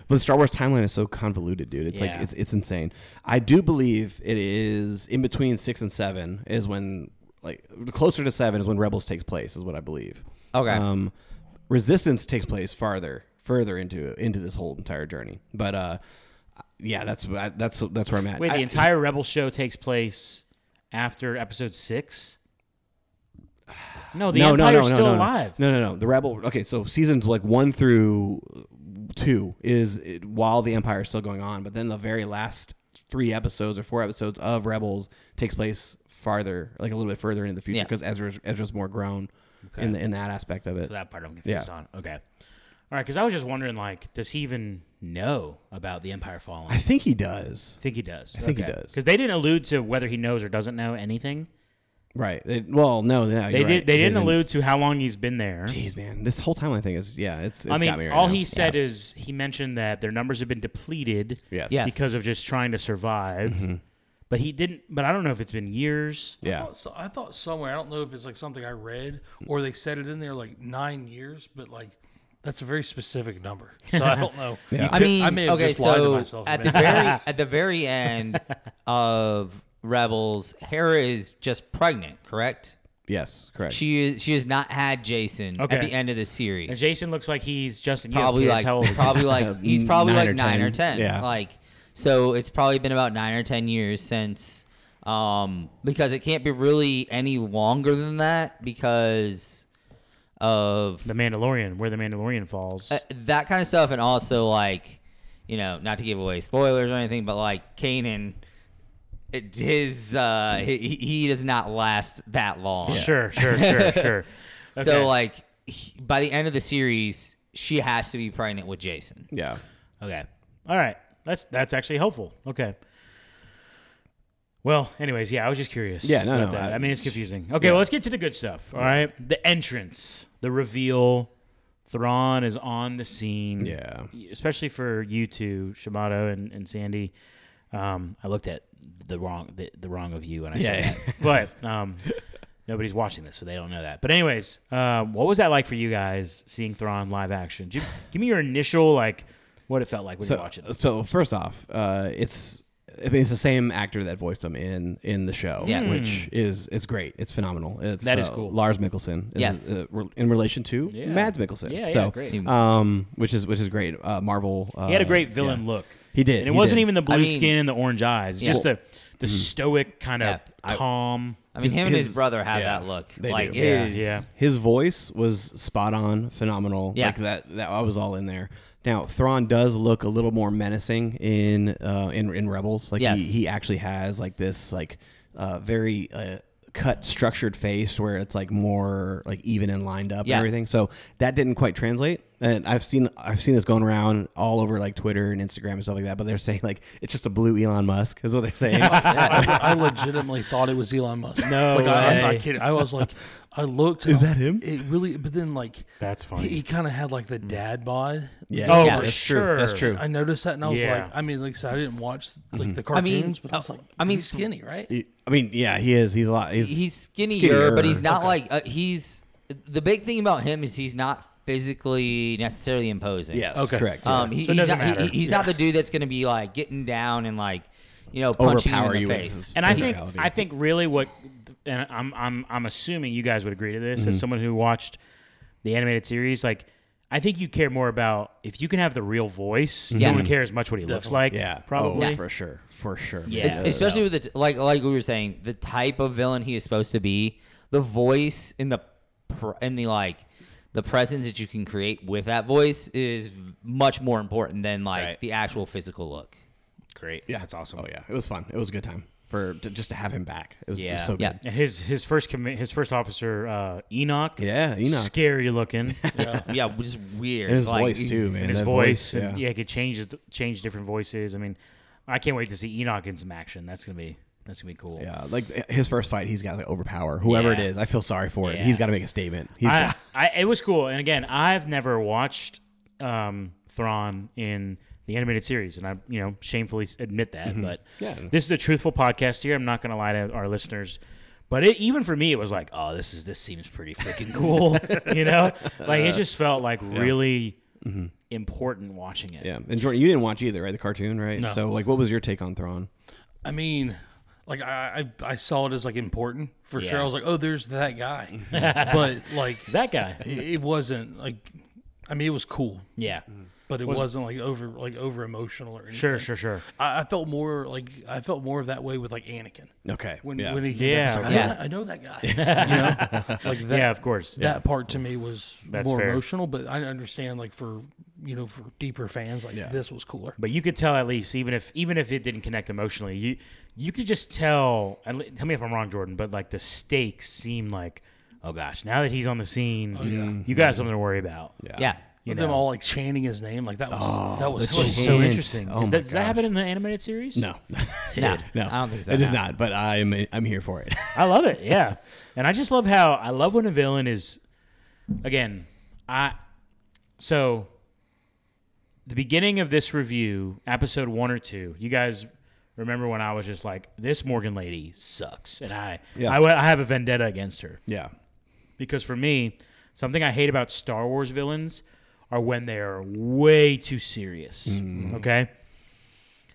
Speaker 2: But the Star Wars timeline is so convoluted, dude. It's like
Speaker 1: Yeah.
Speaker 2: it's it's insane. I do believe it is in between six and seven is when like closer to seven is when Rebels takes place, is what I believe.
Speaker 4: Okay.
Speaker 2: Um, Resistance takes place farther, further into into this whole entire journey. But uh, yeah, that's I, that's that's where I'm at.
Speaker 1: Wait,
Speaker 2: I-
Speaker 1: the entire Rebel show takes place after episode six. No, the
Speaker 2: no, no,
Speaker 1: Empire's
Speaker 2: no, no,
Speaker 1: still
Speaker 2: no, no.
Speaker 1: alive.
Speaker 2: No, no, no. The Rebel. Okay, so seasons like one through two is it, while the Empire is still going on, but then the very last three episodes or four episodes of Rebels takes place farther, like a little bit further into the future,
Speaker 4: Yeah.
Speaker 2: because Ezra's Ezra's more grown in the, in that aspect of it.
Speaker 1: So that part I'm confused
Speaker 2: Yeah.
Speaker 1: on. Okay, all right. Because I was just wondering, like, does he even know about the Empire falling?
Speaker 2: I think he does.
Speaker 1: think he does. I
Speaker 2: think he does.
Speaker 1: Because they didn't allude to whether he knows or doesn't know anything.
Speaker 2: Right. They, well, no, no
Speaker 1: They did. They didn't allude to how long he's been there.
Speaker 2: Jeez, man, this whole timeline thing is yeah, it's. it's
Speaker 1: I mean,
Speaker 2: got me right
Speaker 1: all
Speaker 2: now.
Speaker 1: he said is he mentioned that their numbers have been depleted
Speaker 2: Yes. Mm-hmm.
Speaker 4: Yes.
Speaker 1: because of just trying to survive. But he didn't. But I don't know if it's been years.
Speaker 2: Yeah.
Speaker 3: I thought, so, I thought somewhere, I don't know if it's like something I read or they said it in there like nine years, but like that's a very specific number. So I don't know.
Speaker 4: I
Speaker 3: could-
Speaker 4: mean,
Speaker 3: I may have
Speaker 4: okay,
Speaker 3: just
Speaker 4: so
Speaker 3: lied to myself a
Speaker 4: at the
Speaker 3: minute.
Speaker 4: very at the very end of Rebels, Hera is just pregnant, correct?
Speaker 2: Yes. Correct.
Speaker 4: She is, she has not had Jason
Speaker 1: Okay.
Speaker 4: at the end of the
Speaker 1: And
Speaker 4: series.
Speaker 1: Jason looks like he's Justin. you have
Speaker 4: Probably
Speaker 1: kids,
Speaker 4: like
Speaker 1: how old is he?
Speaker 4: probably like he's probably
Speaker 2: Nine
Speaker 4: like
Speaker 2: or
Speaker 4: nine or
Speaker 2: 10.
Speaker 4: ten.
Speaker 2: Yeah.
Speaker 4: Like so, it's probably been about nine or ten years since, um, because it can't be really any longer than that because of
Speaker 1: The Mandalorian, where the Mandalorian falls.
Speaker 4: uh, that kind of stuff, and also like, you know, not to give away spoilers or anything, but like Kanan, it, his uh, he, he- he does not last that long.
Speaker 1: Sure, sure, sure, sure. Okay.
Speaker 4: So like, he- by the end of the series, she has to be pregnant with Jason.
Speaker 2: yeah.
Speaker 1: okay, all right. That's that's actually helpful. Okay. Well, anyways, yeah, I was just curious.
Speaker 2: Yeah, no,
Speaker 1: about
Speaker 2: no,
Speaker 1: that.
Speaker 2: I-
Speaker 1: I, mean, it's confusing. Okay, well, let's get to the good stuff. All right, the entrance, the reveal. Thrawn is on the scene.
Speaker 2: Yeah.
Speaker 1: especially for you two, Shamato and, and Sandy. Um, I looked at the wrong the, the wrong of you, and I
Speaker 2: Yeah.
Speaker 1: said that. But um, nobody's watching this, so they don't know that. But anyways, um, what was that like for you guys seeing Thrawn live action? Give, give me your initial like what it felt like when you
Speaker 2: so,
Speaker 1: you watched it.
Speaker 2: So first off, uh, it's I mean it's the same actor that voiced him in in the show,
Speaker 4: Yeah. Hmm.
Speaker 2: which is it's great. It's phenomenal. It's,
Speaker 1: That is
Speaker 2: uh,
Speaker 1: cool.
Speaker 2: Lars Mikkelsen, is,
Speaker 4: Yes.
Speaker 2: uh, re- in relation to
Speaker 1: Yeah.
Speaker 2: Mads Mikkelsen.
Speaker 1: Yeah, yeah,
Speaker 2: so,
Speaker 1: great.
Speaker 2: Um, which is which is great. Uh, Marvel. Uh,
Speaker 1: He had a great villain
Speaker 2: yeah.
Speaker 1: look.
Speaker 2: He did.
Speaker 1: and it
Speaker 2: he
Speaker 1: wasn't
Speaker 2: did. mm-hmm.
Speaker 1: even the blue
Speaker 4: I mean-
Speaker 1: skin and the orange eyes, just the the stoic kind of
Speaker 4: Yeah.
Speaker 1: calm.
Speaker 4: I mean,
Speaker 2: His-
Speaker 4: him and his,
Speaker 2: his-
Speaker 4: brother have
Speaker 2: yeah,
Speaker 4: that look.
Speaker 2: they
Speaker 4: like,
Speaker 2: do.
Speaker 4: it
Speaker 2: Yeah.
Speaker 4: is-
Speaker 1: Yeah.
Speaker 2: His voice was spot on, phenomenal.
Speaker 4: Yeah.
Speaker 2: Like that, that I was all in there. Now Thrawn does look a little more menacing in uh, in in Rebels. Like
Speaker 4: Yes.
Speaker 2: he, he actually has like this like uh, very uh, cut structured face where it's like more like even and lined up
Speaker 4: Yeah.
Speaker 2: and everything. So that didn't quite translate. And I've seen I've seen this going around all over like Twitter and Instagram and stuff like that. But they're saying like it's just a blue Elon Musk is what they're saying.
Speaker 3: I, I legitimately thought it was Elon Musk.
Speaker 1: No
Speaker 3: like I, I'm
Speaker 1: way.
Speaker 3: not kidding. I was like, I
Speaker 2: Is
Speaker 3: looked. I was
Speaker 2: that
Speaker 3: like,
Speaker 2: him? Mm.
Speaker 3: It really, but then like
Speaker 1: That's funny.
Speaker 3: He, kind of had like the dad bod.
Speaker 2: yeah.
Speaker 1: Oh,
Speaker 2: yeah,
Speaker 1: for
Speaker 2: that's true. That's
Speaker 1: sure.
Speaker 2: true.
Speaker 3: I noticed that, and I was
Speaker 1: Yeah.
Speaker 3: like, I mean, like, so I didn't watch like the
Speaker 4: I
Speaker 3: cartoons,
Speaker 4: mean, uh,
Speaker 3: but I was like,
Speaker 4: I mean,
Speaker 3: he's skinny, right?
Speaker 2: I mean, Mm-hmm. yeah, he is. He's a lot. He's,
Speaker 4: he's skinnier, but he's not like uh, he's. The big thing about him is he's not physically necessarily imposing.
Speaker 2: Yes.
Speaker 3: Okay.
Speaker 2: Correct.
Speaker 4: Um, he,
Speaker 1: So it
Speaker 4: he's
Speaker 1: doesn't
Speaker 4: not, he-
Speaker 1: matter.
Speaker 4: he's not the dude that's going to be like getting down and like, you know, punching
Speaker 2: Overpower
Speaker 4: you in
Speaker 2: you
Speaker 4: the
Speaker 2: with
Speaker 4: face.
Speaker 2: his-
Speaker 1: And I think
Speaker 2: physicality.
Speaker 1: I think really what, and I'm I'm I'm assuming you guys would agree to this
Speaker 2: Mm-hmm.
Speaker 1: as someone who watched the animated series. Like, I think you care more about if you can have the real voice.
Speaker 4: Yeah.
Speaker 1: No one cares much what he looks
Speaker 3: Definitely.
Speaker 1: like.
Speaker 2: Mm-hmm. yeah,
Speaker 1: probably.
Speaker 2: oh, for sure, for sure.
Speaker 1: Yeah.
Speaker 4: Es- especially with the t- like like we were saying, the type of villain he is supposed to be, the voice in the pr- in the like the presence that you can create with that voice is much more important than like
Speaker 2: Right.
Speaker 4: the actual physical look.
Speaker 1: Great.
Speaker 2: Yeah.
Speaker 1: that's awesome.
Speaker 2: Oh yeah, it was fun. It was a good time for to, just to have him back. It was, it was
Speaker 4: Yeah.
Speaker 2: so good.
Speaker 4: Yeah.
Speaker 1: And his his first commi- his first officer uh, Enoch.
Speaker 2: Yeah, Enoch.
Speaker 1: Scary looking.
Speaker 4: yeah, which is weird.
Speaker 2: And his
Speaker 4: Like,
Speaker 2: voice
Speaker 4: he's-
Speaker 2: too, man.
Speaker 1: and his
Speaker 2: That
Speaker 1: voice. and,
Speaker 2: yeah.
Speaker 1: yeah. he could change change different voices. I mean, I can't wait to see Enoch in some action. That's gonna be that's gonna be cool.
Speaker 2: yeah, Like his first fight, he's got to like, overpower whoever it
Speaker 1: Yeah.
Speaker 2: is. I feel sorry for it.
Speaker 1: Yeah.
Speaker 2: He's got to make a statement. He's
Speaker 1: I,
Speaker 2: got-
Speaker 1: I, it was cool. And again, I've never watched um, Thrawn in the animated series, and I, you know, shamefully s- admit that. But
Speaker 2: Yeah.
Speaker 1: this is a truthful podcast here. I'm not going to lie to our listeners. But it, even for me, it was like, oh, this is this seems pretty freaking cool, you know? Like it just felt like really important watching it.
Speaker 2: Yeah, and Jordan, you didn't watch either, right? The cartoon, right?
Speaker 3: No.
Speaker 2: So, like, what was your take on Thrawn?
Speaker 3: I mean, like I, I I saw it as like important for sure.
Speaker 1: Yeah. Mm-hmm.
Speaker 3: I was like, oh, there's that guy, but like
Speaker 1: That guy,
Speaker 3: it it wasn't like. I mean, it was cool,
Speaker 1: yeah,
Speaker 3: but it was not like over like over emotional or anything.
Speaker 1: sure, sure, sure.
Speaker 3: I, I felt more like I felt more of that way with like Anakin
Speaker 2: Okay.
Speaker 3: when
Speaker 2: yeah.
Speaker 3: when he came
Speaker 1: Yeah,
Speaker 3: yeah, I,
Speaker 4: yeah.
Speaker 3: know, I know that guy. you know, like that,
Speaker 1: yeah, of course.
Speaker 3: that part to me was
Speaker 1: That's
Speaker 3: more
Speaker 1: fair.
Speaker 3: emotional, but I understand like for you know for deeper fans like this was cooler.
Speaker 1: But you could tell at least, even if even if it didn't connect emotionally, you you could just tell. at le- Tell me if I'm wrong, Jordan, but like the stakes seem like, oh gosh, now that he's on the scene, you got something to worry about.
Speaker 2: Yeah.
Speaker 4: Yeah.
Speaker 1: you
Speaker 3: With them
Speaker 1: know.
Speaker 3: all like chanting his name like that was that was
Speaker 2: Oh, that's
Speaker 1: Which is
Speaker 3: so
Speaker 2: Hint.
Speaker 1: so interesting.
Speaker 2: Oh
Speaker 1: Is
Speaker 2: my
Speaker 1: that, does that
Speaker 2: gosh.
Speaker 1: happen in the animated series?
Speaker 2: No.
Speaker 4: No,
Speaker 2: no.
Speaker 4: I don't think so.
Speaker 2: It is
Speaker 4: no.
Speaker 2: not, but I'm I'm here for it.
Speaker 1: I love it. Yeah, and I just love how I love when a villain is. Again, I so the beginning of this review, episode one or two. You guys remember when I was just like, "This Morgan lady sucks," and I
Speaker 2: Yeah.
Speaker 1: I, wa- I have a vendetta against her
Speaker 2: yeah.
Speaker 1: because for me, something I hate about Star Wars villains are when they are way too serious.
Speaker 2: Mm-hmm.
Speaker 1: Okay,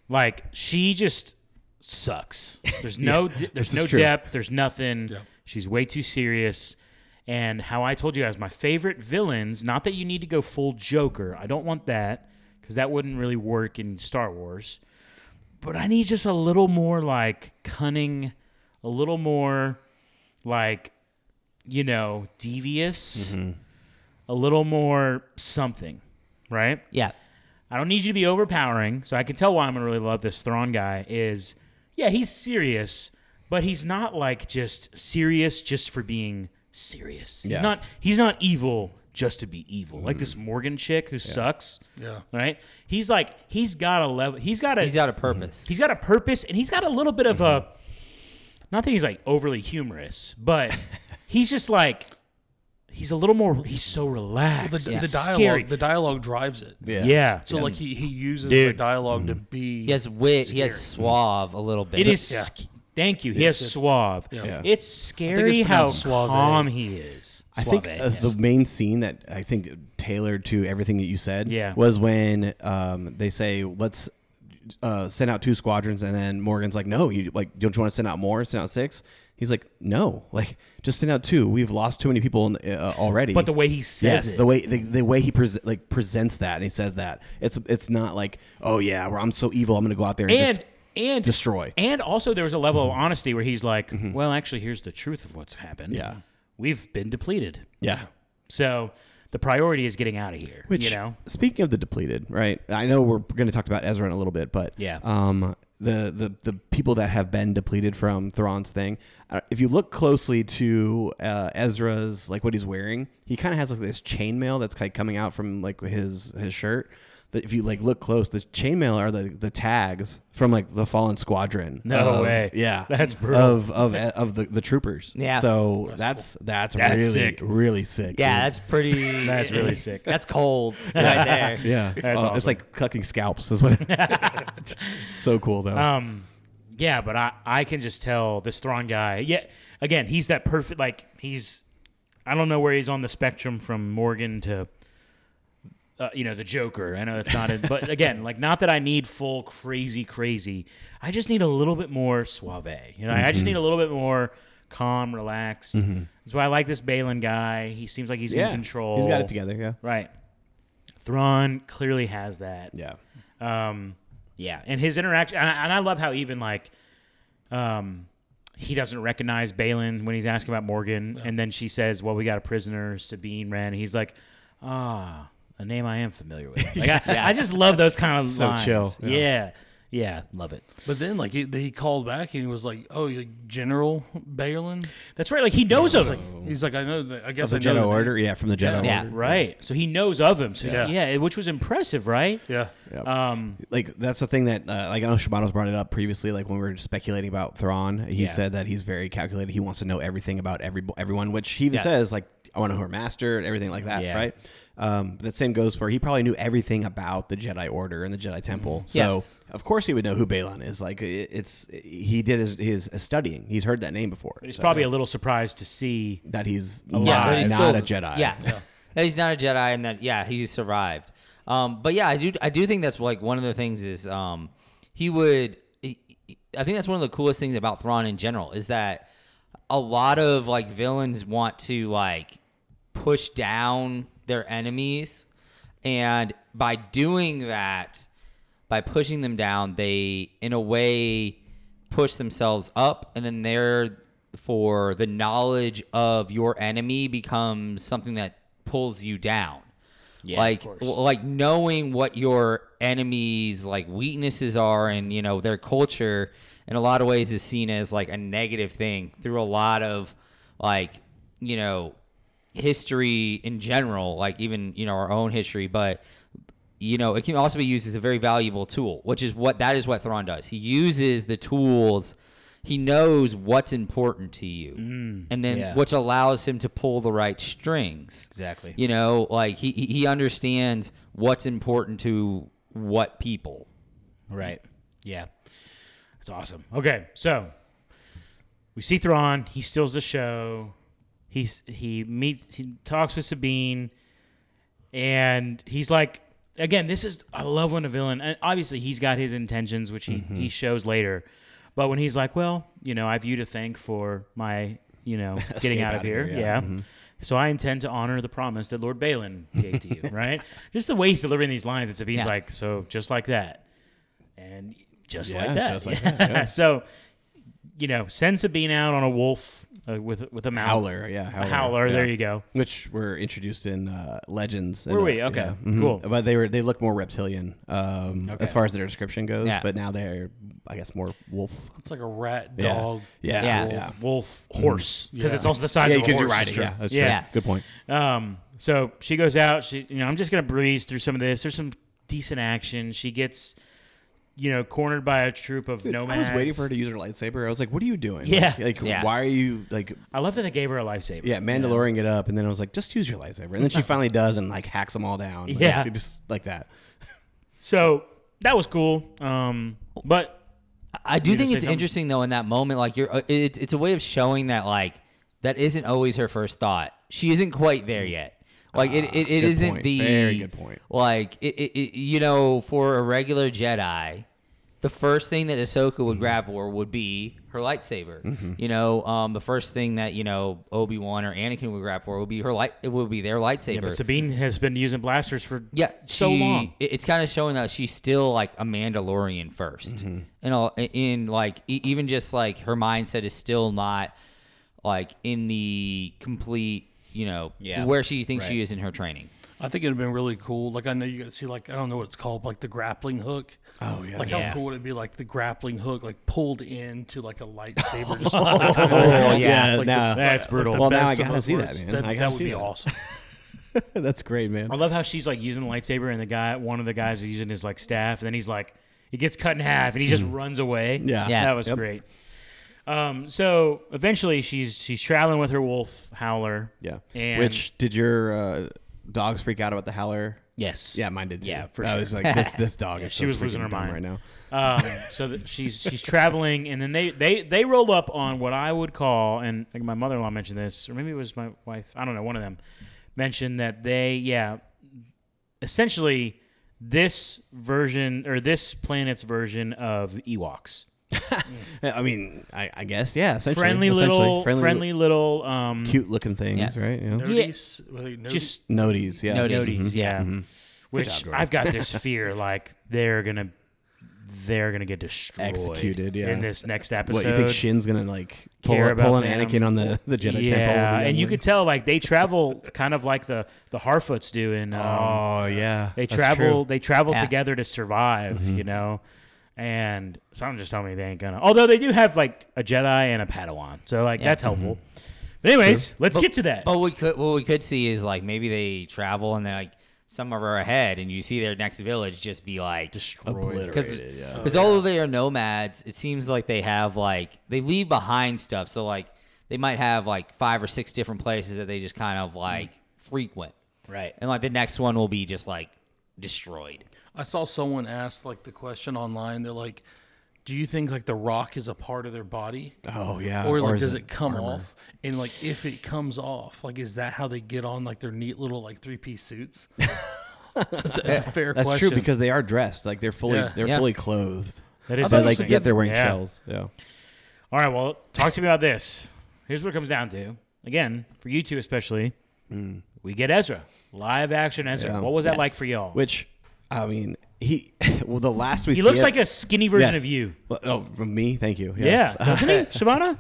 Speaker 1: like she just sucks. There's no d there's
Speaker 2: this is
Speaker 1: no
Speaker 2: true.
Speaker 1: depth. There's nothing.
Speaker 3: Yeah.
Speaker 1: She's way too serious. And how I told you guys, my favorite villains. Not that you need to go full Joker. I don't want that because that wouldn't really work in Star Wars. But I need just a little more like cunning, a little more like you know, devious, a little more something, right?
Speaker 4: Yeah.
Speaker 1: I don't need you to be overpowering, so I can tell why I'm gonna really love this Thrawn guy. Is yeah, he's serious, but he's not like just serious just for being serious.
Speaker 2: Yeah.
Speaker 1: He's not he's not evil just to be evil. Like this Morgan chick who sucks.
Speaker 3: Yeah.
Speaker 1: Right? He's like he's got a level he's got a
Speaker 4: He's got a purpose.
Speaker 1: he's got a purpose and he's got a little bit of a
Speaker 2: Mm-hmm.
Speaker 1: not that he's like overly humorous but he's just like he's a little more he's so relaxed
Speaker 3: The, the
Speaker 1: It's
Speaker 3: dialogue
Speaker 1: scary.
Speaker 3: the dialogue drives it.
Speaker 2: Yeah. Mm-hmm.
Speaker 1: yeah
Speaker 3: So like he, he uses the
Speaker 1: Dude.
Speaker 3: dialogue to be
Speaker 4: He has wit. He has suave a little bit.
Speaker 1: it is
Speaker 3: Yeah.
Speaker 1: sc- thank you he has suave
Speaker 2: Yeah.
Speaker 1: it's scary how
Speaker 3: pronounced suave.
Speaker 1: calm he is
Speaker 2: I think
Speaker 1: Suave,
Speaker 2: uh,
Speaker 1: yes.
Speaker 2: the main scene that I think tailored to everything that you said
Speaker 1: Yeah.
Speaker 2: was when um, they say let's uh, send out two squadrons, and then Morgan's like, "No, you like don't you want to send out more? Send out six? He's like, "No, like just send out two. We've lost too many people in, uh, already."
Speaker 1: but the way he says
Speaker 2: yes,
Speaker 1: it
Speaker 2: the way the, the way he pres like presents that and he says that it's it's not like oh yeah, well, I'm so evil, I'm gonna go out there and,
Speaker 1: and
Speaker 2: just
Speaker 1: and
Speaker 2: destroy. Mm-hmm.
Speaker 1: And also, there was a level of honesty where he's like, "Well, actually, here's the truth of what's happened.
Speaker 2: Yeah.
Speaker 1: we've been depleted.
Speaker 2: yeah.
Speaker 1: So the priority is getting out of here.
Speaker 2: Which,
Speaker 1: you know,
Speaker 2: speaking of the depleted, right? I know we're going to talk about Ezra in a little bit, but
Speaker 1: Yeah.
Speaker 2: um, the the the people that have been depleted from Thrawn's thing. Uh, if you look closely to uh, Ezra's, like what he's wearing, he kind of has like this chainmail that's like coming out from like his his shirt. That if you like look close, the chainmail are the the tags from like the Fallen Squadron.
Speaker 1: No
Speaker 2: of-
Speaker 1: way.
Speaker 2: yeah,
Speaker 1: That's brutal.
Speaker 2: Of of of the, the troopers.
Speaker 4: Yeah.
Speaker 2: so that's that's,
Speaker 1: That's
Speaker 2: really
Speaker 1: sick.
Speaker 2: really sick.
Speaker 4: yeah,
Speaker 2: dude.
Speaker 4: that's pretty.
Speaker 1: That's really sick.
Speaker 4: That's cold right there.
Speaker 2: Yeah,
Speaker 1: That's
Speaker 2: Oh, it's
Speaker 1: awesome.
Speaker 2: like cucking scalps is what. so cool though.
Speaker 1: Um, yeah, but I, I can just tell this Thrawn guy. Yeah, again, he's that perfect. Like he's, I don't know where he's on the spectrum from Morgan to, uh, you know, the Joker. I know it's not, it, but again, like not that I need full crazy, crazy. I just need a little bit more suave. You know, I
Speaker 2: Mm-hmm.
Speaker 1: just need a little bit more calm, relaxed. That's why I like this Balin guy. He seems like he's in control.
Speaker 2: He's got it together. Yeah.
Speaker 1: Right. Thrawn clearly has that.
Speaker 2: Yeah.
Speaker 1: Um, yeah, and his interaction, and I, and I love how even like, um, he doesn't recognize Balin when he's asking about Morgan, and then she says, "Well, we got a prisoner, Sabine Wren." And he's like, "Ah, a name I am familiar with." Like, I, I just love those kind of
Speaker 2: So
Speaker 1: lines.
Speaker 2: chill.
Speaker 1: Yeah. yeah, love it.
Speaker 3: But then like he, he called back and he was like, "Oh, you General Balin."
Speaker 1: That's right. Like he knows of him,
Speaker 3: He's like, "I know that. I guess
Speaker 2: Oh. Of the
Speaker 3: I know
Speaker 2: Jedi
Speaker 3: that-
Speaker 2: Order. Yeah, from the Jedi
Speaker 4: Yeah.
Speaker 2: Order.
Speaker 1: right? So he knows of him. So yeah,
Speaker 3: Yeah.
Speaker 1: yeah which was impressive, right?
Speaker 3: Yeah.
Speaker 1: Um,
Speaker 2: Like that's the thing that uh, like I know Shibano's brought it up previously. Like when we were speculating about Thrawn, he
Speaker 1: Yeah.
Speaker 2: said that he's very calculated. He wants to know everything about every everyone, which he even
Speaker 1: Yeah.
Speaker 2: says like I want to know her master and everything like that.
Speaker 1: Yeah.
Speaker 2: Right. Um, that same goes for he probably knew everything about the Jedi Order and the Jedi Temple. So
Speaker 4: Mm-hmm. Yes.
Speaker 2: of course he would know who Balon is. Like it, it's he did his, his studying. He's heard that name before.
Speaker 1: He's
Speaker 2: So
Speaker 1: probably a little surprised to see.
Speaker 2: that he's
Speaker 1: Yeah,
Speaker 2: not,
Speaker 4: but he's
Speaker 2: not
Speaker 4: still-
Speaker 2: a Jedi.
Speaker 4: Yeah, That he's not a Jedi, and that yeah, he survived. Um, but yeah, I do I do think that's like one of the things is um, he would. he- he- I think that's one of the coolest things about Thrawn in general is that a lot of like villains want to like push down their enemies, and by doing that, by pushing them down, they in a way push themselves up, and then they're for the knowledge of your enemy becomes something that pulls you down.
Speaker 5: Yeah, of
Speaker 4: like w- like knowing what your enemy's like weaknesses are and you know their culture in a lot of ways is seen as like a negative thing through a lot of like you know history in general like even you know our own history but you know, it can also be used as a very valuable tool, which is what that is what Thrawn does. He uses the tools. He knows what's important to you, and then
Speaker 5: Mm, yeah.
Speaker 4: which allows him to pull the right strings.
Speaker 5: Exactly.
Speaker 4: You know, like he he he understands what's important to what people.
Speaker 5: Right. Yeah.
Speaker 1: That's awesome. Okay, so we see Thrawn. He steals the show. He's he meets he talks with Sabine, and he's like, again, this is I love when a villain. And obviously, he's got his intentions, which he he shows later. But when he's like, well, you know, I've you to thank for my you know getting
Speaker 2: Escape
Speaker 1: out of here, yeah. So I intend to honor the promise that Lord Balin gave to you, right? Just the way he's delivering these lines, and Sabine's
Speaker 4: Yeah.
Speaker 1: like, so just like that, and just
Speaker 2: Yeah,
Speaker 1: like that,
Speaker 2: just like that, yeah.
Speaker 1: so you know, send Sabine out on a wolf uh, with with a mouth.
Speaker 2: Howler, yeah,
Speaker 1: a howler. There
Speaker 2: yeah.
Speaker 1: you go.
Speaker 2: which were introduced in uh, Legends.
Speaker 1: Were
Speaker 2: and,
Speaker 1: we?
Speaker 2: uh,
Speaker 1: Okay, cool.
Speaker 2: But they were they look more reptilian um,
Speaker 1: Okay.
Speaker 2: as far as their description goes.
Speaker 4: Yeah.
Speaker 2: But now they're I guess more wolf.
Speaker 3: It's like a rat
Speaker 2: Yeah.
Speaker 3: dog.
Speaker 2: Yeah,
Speaker 4: Yeah.
Speaker 2: wolf.
Speaker 1: Yeah, wolf horse because it's
Speaker 3: Yeah.
Speaker 1: also the size
Speaker 2: Mm.
Speaker 1: of
Speaker 2: Yeah, you
Speaker 1: a
Speaker 2: could
Speaker 1: horse.
Speaker 2: do riding. Yeah, that's true.
Speaker 1: Yeah.
Speaker 2: Good point.
Speaker 1: Um, so she goes out. She, you know, I'm just gonna breeze through some of this. There's some decent action. She gets, you know, cornered by a troop of
Speaker 2: I
Speaker 1: nomads.
Speaker 2: was waiting for her to use her lightsaber. I was like, "What are you doing?
Speaker 1: Yeah.
Speaker 2: like, like,
Speaker 4: Yeah.
Speaker 2: why are you like,
Speaker 1: I love that they gave her a lifesaver.
Speaker 2: yeah, Mandalorian it up?" And then I was like, "Just use your lightsaber." And then she finally does and like hacks them all down. Like,
Speaker 1: Yeah.
Speaker 2: just like that.
Speaker 1: So that was cool. Um, but
Speaker 4: I do
Speaker 1: You
Speaker 4: think
Speaker 1: gonna
Speaker 4: it's
Speaker 1: say something?
Speaker 4: interesting though in that moment, like you're, uh, it's it's a way of showing that like that isn't always her first thought. She isn't quite there yet. Like it, it,
Speaker 2: Mm. Ah,
Speaker 4: it
Speaker 2: good
Speaker 4: isn't
Speaker 2: point.
Speaker 4: the
Speaker 2: Very good point.
Speaker 4: Like it, it, it, you know, for a regular Jedi, the first thing that Ahsoka
Speaker 2: Mm-hmm.
Speaker 4: would grab for would be her lightsaber. You know, um, the first thing that you know Obi Wan or Anakin would grab for would be her light. It would be their lightsaber.
Speaker 1: yeah, but Sabine has been using blasters for
Speaker 4: Yeah,
Speaker 1: so
Speaker 4: she-
Speaker 1: long.
Speaker 4: it- It's kind of showing that she's still like a Mandalorian 1st and all, in like e- even just like her mindset is still not like in the complete, you know,
Speaker 5: Yeah,
Speaker 4: where she thinks she
Speaker 5: right.
Speaker 4: is in her training.
Speaker 3: I think it'd have been really cool. Like I know you got to see like I don't know what it's called, like the grappling hook.
Speaker 2: Oh yeah,
Speaker 3: Like
Speaker 4: Yeah.
Speaker 3: how cool would it be like the grappling hook like pulled into like a lightsaber just like, kind of, like,
Speaker 2: yeah,
Speaker 3: like,
Speaker 2: now-
Speaker 1: That's brutal.
Speaker 2: Well, now Oh,
Speaker 3: best
Speaker 2: I
Speaker 3: of
Speaker 2: gotta
Speaker 3: both
Speaker 2: see that,
Speaker 3: worlds.
Speaker 2: man.
Speaker 3: That,
Speaker 2: I
Speaker 3: that
Speaker 2: gotta
Speaker 3: would
Speaker 2: see
Speaker 3: be
Speaker 2: that.
Speaker 3: awesome.
Speaker 2: that's great, man.
Speaker 1: I love how she's like using the lightsaber, and the guy, one of the guys, is using his like staff, and then he's like, he gets cut in half, and he just runs away.
Speaker 2: Mm-hmm. Yeah.
Speaker 4: Yeah.
Speaker 1: that was
Speaker 2: Yep.
Speaker 1: great. Um, so eventually, she's she's traveling with her wolf howler.
Speaker 2: Yeah,
Speaker 1: and
Speaker 2: which did your uh, dogs freak out about the howler?
Speaker 1: yes,
Speaker 2: Yeah, mine did too.
Speaker 1: Yeah, for
Speaker 2: I
Speaker 1: sure.
Speaker 2: was like, this this dog is
Speaker 1: she
Speaker 2: so
Speaker 1: was losing
Speaker 2: freaking
Speaker 1: her
Speaker 2: dumb
Speaker 1: mind.
Speaker 2: right now.
Speaker 1: Um, so that she's she's traveling, and then they they they roll up on what I would call, and like my mother in law mentioned this, or maybe it was my wife. I don't know. One of them mentioned that they, yeah, essentially this version or this planet's version of Ewoks,
Speaker 2: I mean, I, I guess yeah. Essentially,
Speaker 1: friendly
Speaker 2: essentially.
Speaker 1: little, friendly, little, um,
Speaker 2: cute looking things,
Speaker 4: Yeah.
Speaker 2: right? Yeah.
Speaker 3: Notice, were they notice?
Speaker 1: just
Speaker 2: Noties, yeah.
Speaker 4: Noties.
Speaker 1: noties, yeah. Which
Speaker 2: job, Jordan.
Speaker 1: I've got this fear, like they're gonna, they're gonna get destroyed,
Speaker 2: Executed, yeah.
Speaker 1: in this next episode.
Speaker 2: What you think Shin's gonna like pull,
Speaker 1: care
Speaker 2: pull an
Speaker 1: about them.
Speaker 2: Anakin on the the Jedi
Speaker 1: yeah,
Speaker 2: Temple?
Speaker 1: and you could tell like they travel kind of like the the Harfoots do in. Um,
Speaker 2: Oh yeah,
Speaker 1: they
Speaker 2: that's
Speaker 1: travel.
Speaker 2: true.
Speaker 1: They travel
Speaker 4: Yeah.
Speaker 1: together to survive. You know, and someone just told me they ain't gonna. Although they do have like a Jedi and a Padawan, so like that's helpful. Mm-hmm. But anyways, let's
Speaker 4: But-
Speaker 1: get to that.
Speaker 4: But we could what we could see is like maybe they travel and they're like some of her ahead, and you see their next village just be like
Speaker 2: Obliterated, yeah.
Speaker 4: Because although they are nomads, it seems like they have like they leave behind stuff. So like they might have like five or six different places that they just kind of like frequent.
Speaker 5: Right.
Speaker 4: And like the next one will be just like destroyed.
Speaker 3: I saw someone ask like the question online. They're like, "Do you think like the rock is a part of their body,
Speaker 2: Oh yeah.
Speaker 3: or like
Speaker 2: is
Speaker 3: does it come off? And like if it comes off, like is that how they get on like their neat little like three piece suits?" that's, a, that's a fair
Speaker 2: That's
Speaker 3: question.
Speaker 2: true because they are dressed like they're fully
Speaker 3: Yeah.
Speaker 2: they're
Speaker 4: Yeah.
Speaker 2: fully clothed.
Speaker 1: That is
Speaker 2: But like
Speaker 1: interesting.
Speaker 2: yet they're wearing
Speaker 1: Yeah.
Speaker 2: shells. Yeah.
Speaker 1: All right, well, talk to me about this. Here's what it comes down to. Again, for you two especially, we get Ezra. Live action Ezra.
Speaker 2: Mm. Yeah.
Speaker 1: What was that like for y'all?
Speaker 2: Which I mean, he well the last we
Speaker 1: he
Speaker 2: see
Speaker 1: looks
Speaker 2: it-
Speaker 1: like a skinny version
Speaker 2: Yes.
Speaker 1: of you.
Speaker 2: Well, oh, from me, thank you. Yes.
Speaker 1: Yeah, doesn't he, Shabana?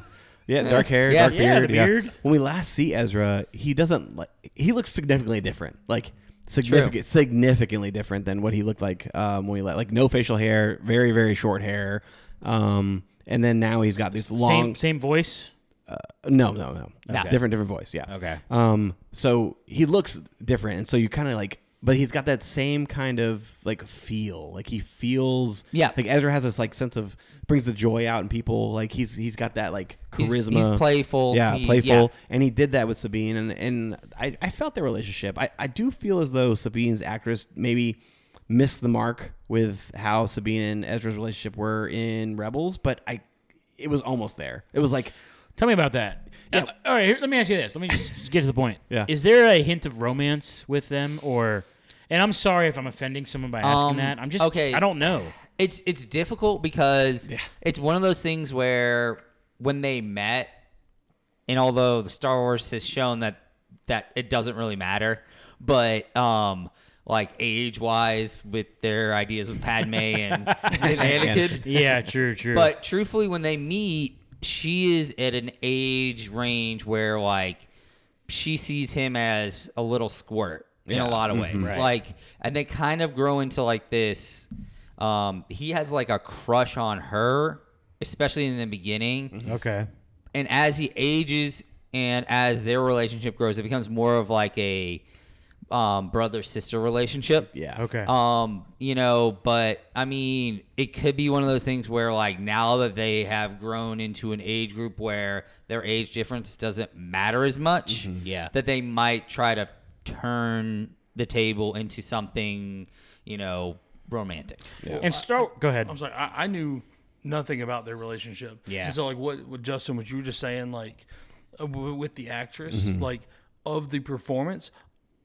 Speaker 2: Yeah, dark hair,
Speaker 4: Yeah,
Speaker 2: dark
Speaker 1: yeah, the
Speaker 2: beard.
Speaker 1: beard.
Speaker 2: When we last see Ezra, he doesn't like he looks significantly different. Like significant significantly different than what he looked like um, when we let like no facial hair, very very short hair. Um and then now he's got this long
Speaker 1: Same, same voice.
Speaker 2: Uh, no, no, no. Different different voice, yeah.
Speaker 5: Okay.
Speaker 2: Um so he looks different and so you kind of like but he's got that same kind of like feel. Like he feels
Speaker 4: Yeah.
Speaker 2: Like Ezra has this like sense of brings the joy out in people. Like he's he's got that like
Speaker 4: He's-
Speaker 2: charisma.
Speaker 4: he's playful.
Speaker 2: Yeah,
Speaker 4: He-
Speaker 2: playful.
Speaker 4: yeah.
Speaker 2: And he did that with Sabine, and and I, I felt their relationship. I, I do feel as though Sabine's actress maybe missed the mark with how Sabine and Ezra's relationship were in Rebels, but I it was almost there. It was like
Speaker 1: Tell me about that. Uh, all right, here, let me ask you this. Let me just get to the point.
Speaker 2: Yeah.
Speaker 1: Is there a hint of romance with them, or? And I'm sorry if I'm offending someone by asking
Speaker 4: Um,
Speaker 1: that. I'm just
Speaker 4: okay.
Speaker 1: I don't know.
Speaker 4: It's it's difficult because it's one of those things where when they met, and although the Star Wars has shown that that it doesn't really matter, but um like age wise with their ideas with Padme and, and Anakin.
Speaker 1: Yeah, true, true.
Speaker 4: But truthfully, when they meet, she is at an age range where like she sees him as a little squirt in a lot of ways. Like, and they kind of grow into like this. Um, he has like a crush on her, especially in the beginning
Speaker 1: okay.
Speaker 4: and as he ages and as their relationship grows, it becomes more of like a um, brother sister relationship.
Speaker 2: Yeah.
Speaker 1: Okay.
Speaker 4: Um, you know, but I mean, it could be one of those things where like now that they have grown into an age group where their age difference doesn't matter as much,
Speaker 2: Mm-hmm.
Speaker 5: Yeah.
Speaker 4: that they might try to turn the table into something, you know, romantic.
Speaker 1: and Star. Go ahead.
Speaker 3: I'm sorry, I, I knew nothing about their relationship.
Speaker 5: Yeah.
Speaker 3: And so, like, what, what Justin, what you were just saying, like, uh, w- with the actress, like, of the performance,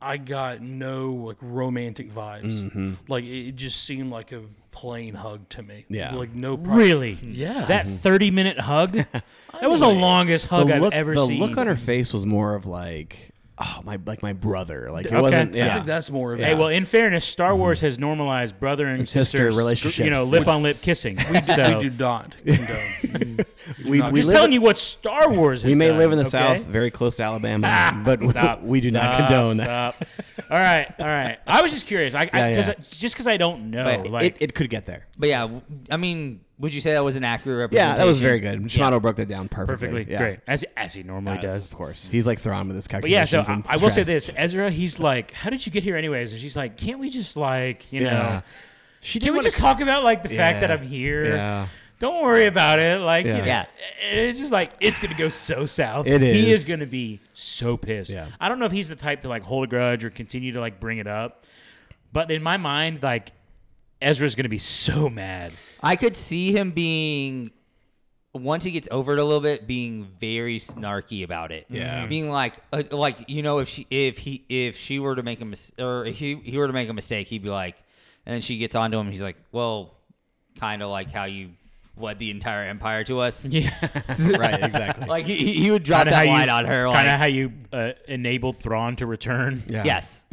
Speaker 3: I got no like romantic vibes. Like, it, it just seemed like a plain hug to me.
Speaker 2: Yeah.
Speaker 3: Like, no. Pro-
Speaker 1: Really?
Speaker 2: Hmm.
Speaker 3: Yeah.
Speaker 1: That 30 minute hug? That was the longest hug
Speaker 2: Mm-hmm. the
Speaker 1: I've
Speaker 2: look,
Speaker 1: ever
Speaker 2: the
Speaker 1: seen.
Speaker 2: look on her face was more of like oh my like my brother. Like it
Speaker 1: Okay.
Speaker 2: wasn't
Speaker 1: I
Speaker 2: yeah.
Speaker 3: I think that's more of
Speaker 1: Hey,
Speaker 3: it.
Speaker 1: well, in fairness, Star Wars has normalized brother and
Speaker 2: Mm-hmm. Sister
Speaker 1: sister
Speaker 2: relationships.
Speaker 1: You know, lip on lip kissing. We, so,
Speaker 3: we do not condone.
Speaker 2: we,
Speaker 1: I'm just telling you what Star Wars.
Speaker 2: we
Speaker 1: has
Speaker 2: may
Speaker 1: done,
Speaker 2: live in the
Speaker 1: okay? Ah,
Speaker 2: South, very close to Alabama, but
Speaker 1: Stop.
Speaker 2: we do not
Speaker 1: Stop.
Speaker 2: condone that.
Speaker 1: Stop. all right, all right. I was just curious. I, I,
Speaker 2: Yeah,
Speaker 1: 'cause
Speaker 2: yeah.
Speaker 1: I- just because I don't know.
Speaker 4: But
Speaker 1: like,
Speaker 2: it, it could get there.
Speaker 4: But yeah, w- I mean, would you say that was an accurate representation?
Speaker 2: Yeah, that was very good. Shimano broke that down perfectly.
Speaker 1: perfectly
Speaker 2: Yeah.
Speaker 1: great as as he normally
Speaker 2: Yes,
Speaker 1: does.
Speaker 2: of course. He's like Thrawn with his
Speaker 1: But yeah,
Speaker 2: calculations.
Speaker 1: so I,
Speaker 2: and
Speaker 1: I will say
Speaker 2: strategy.
Speaker 1: this: Ezra, he's like, "How did you get here, anyways?" And she's like, "Can't we just like, you
Speaker 2: Yeah.
Speaker 1: know,
Speaker 2: She
Speaker 1: can
Speaker 2: didn't
Speaker 1: we
Speaker 2: wanna
Speaker 1: just talk about like the fact that
Speaker 2: Yeah.
Speaker 1: I'm here?
Speaker 2: Yeah.
Speaker 1: Don't worry about it. Like, you
Speaker 2: Yeah.
Speaker 1: know,
Speaker 4: Yeah.
Speaker 1: it's just like it's gonna go so south.
Speaker 2: It
Speaker 1: He
Speaker 2: is.
Speaker 1: is gonna be so pissed.
Speaker 2: Yeah.
Speaker 1: I don't know if he's the type to like hold a grudge or continue to like bring it up, but in my mind, like Ezra's gonna be so mad.
Speaker 4: I could see him being once he gets over it a little bit, being very snarky about it.
Speaker 2: Yeah.
Speaker 4: being like, uh, like you know, if she, if he, if she were to make a mis- or if he, he were to make a mistake, he'd be like, and then she gets onto him. He's like, well, kind of like how you led the entire empire to us.
Speaker 1: Yeah,
Speaker 2: right, exactly.
Speaker 4: Like he- he, he would drop that line on her.
Speaker 1: Kind of
Speaker 4: Like,
Speaker 1: how you uh, enabled Thrawn to return.
Speaker 2: yeah.
Speaker 4: yes,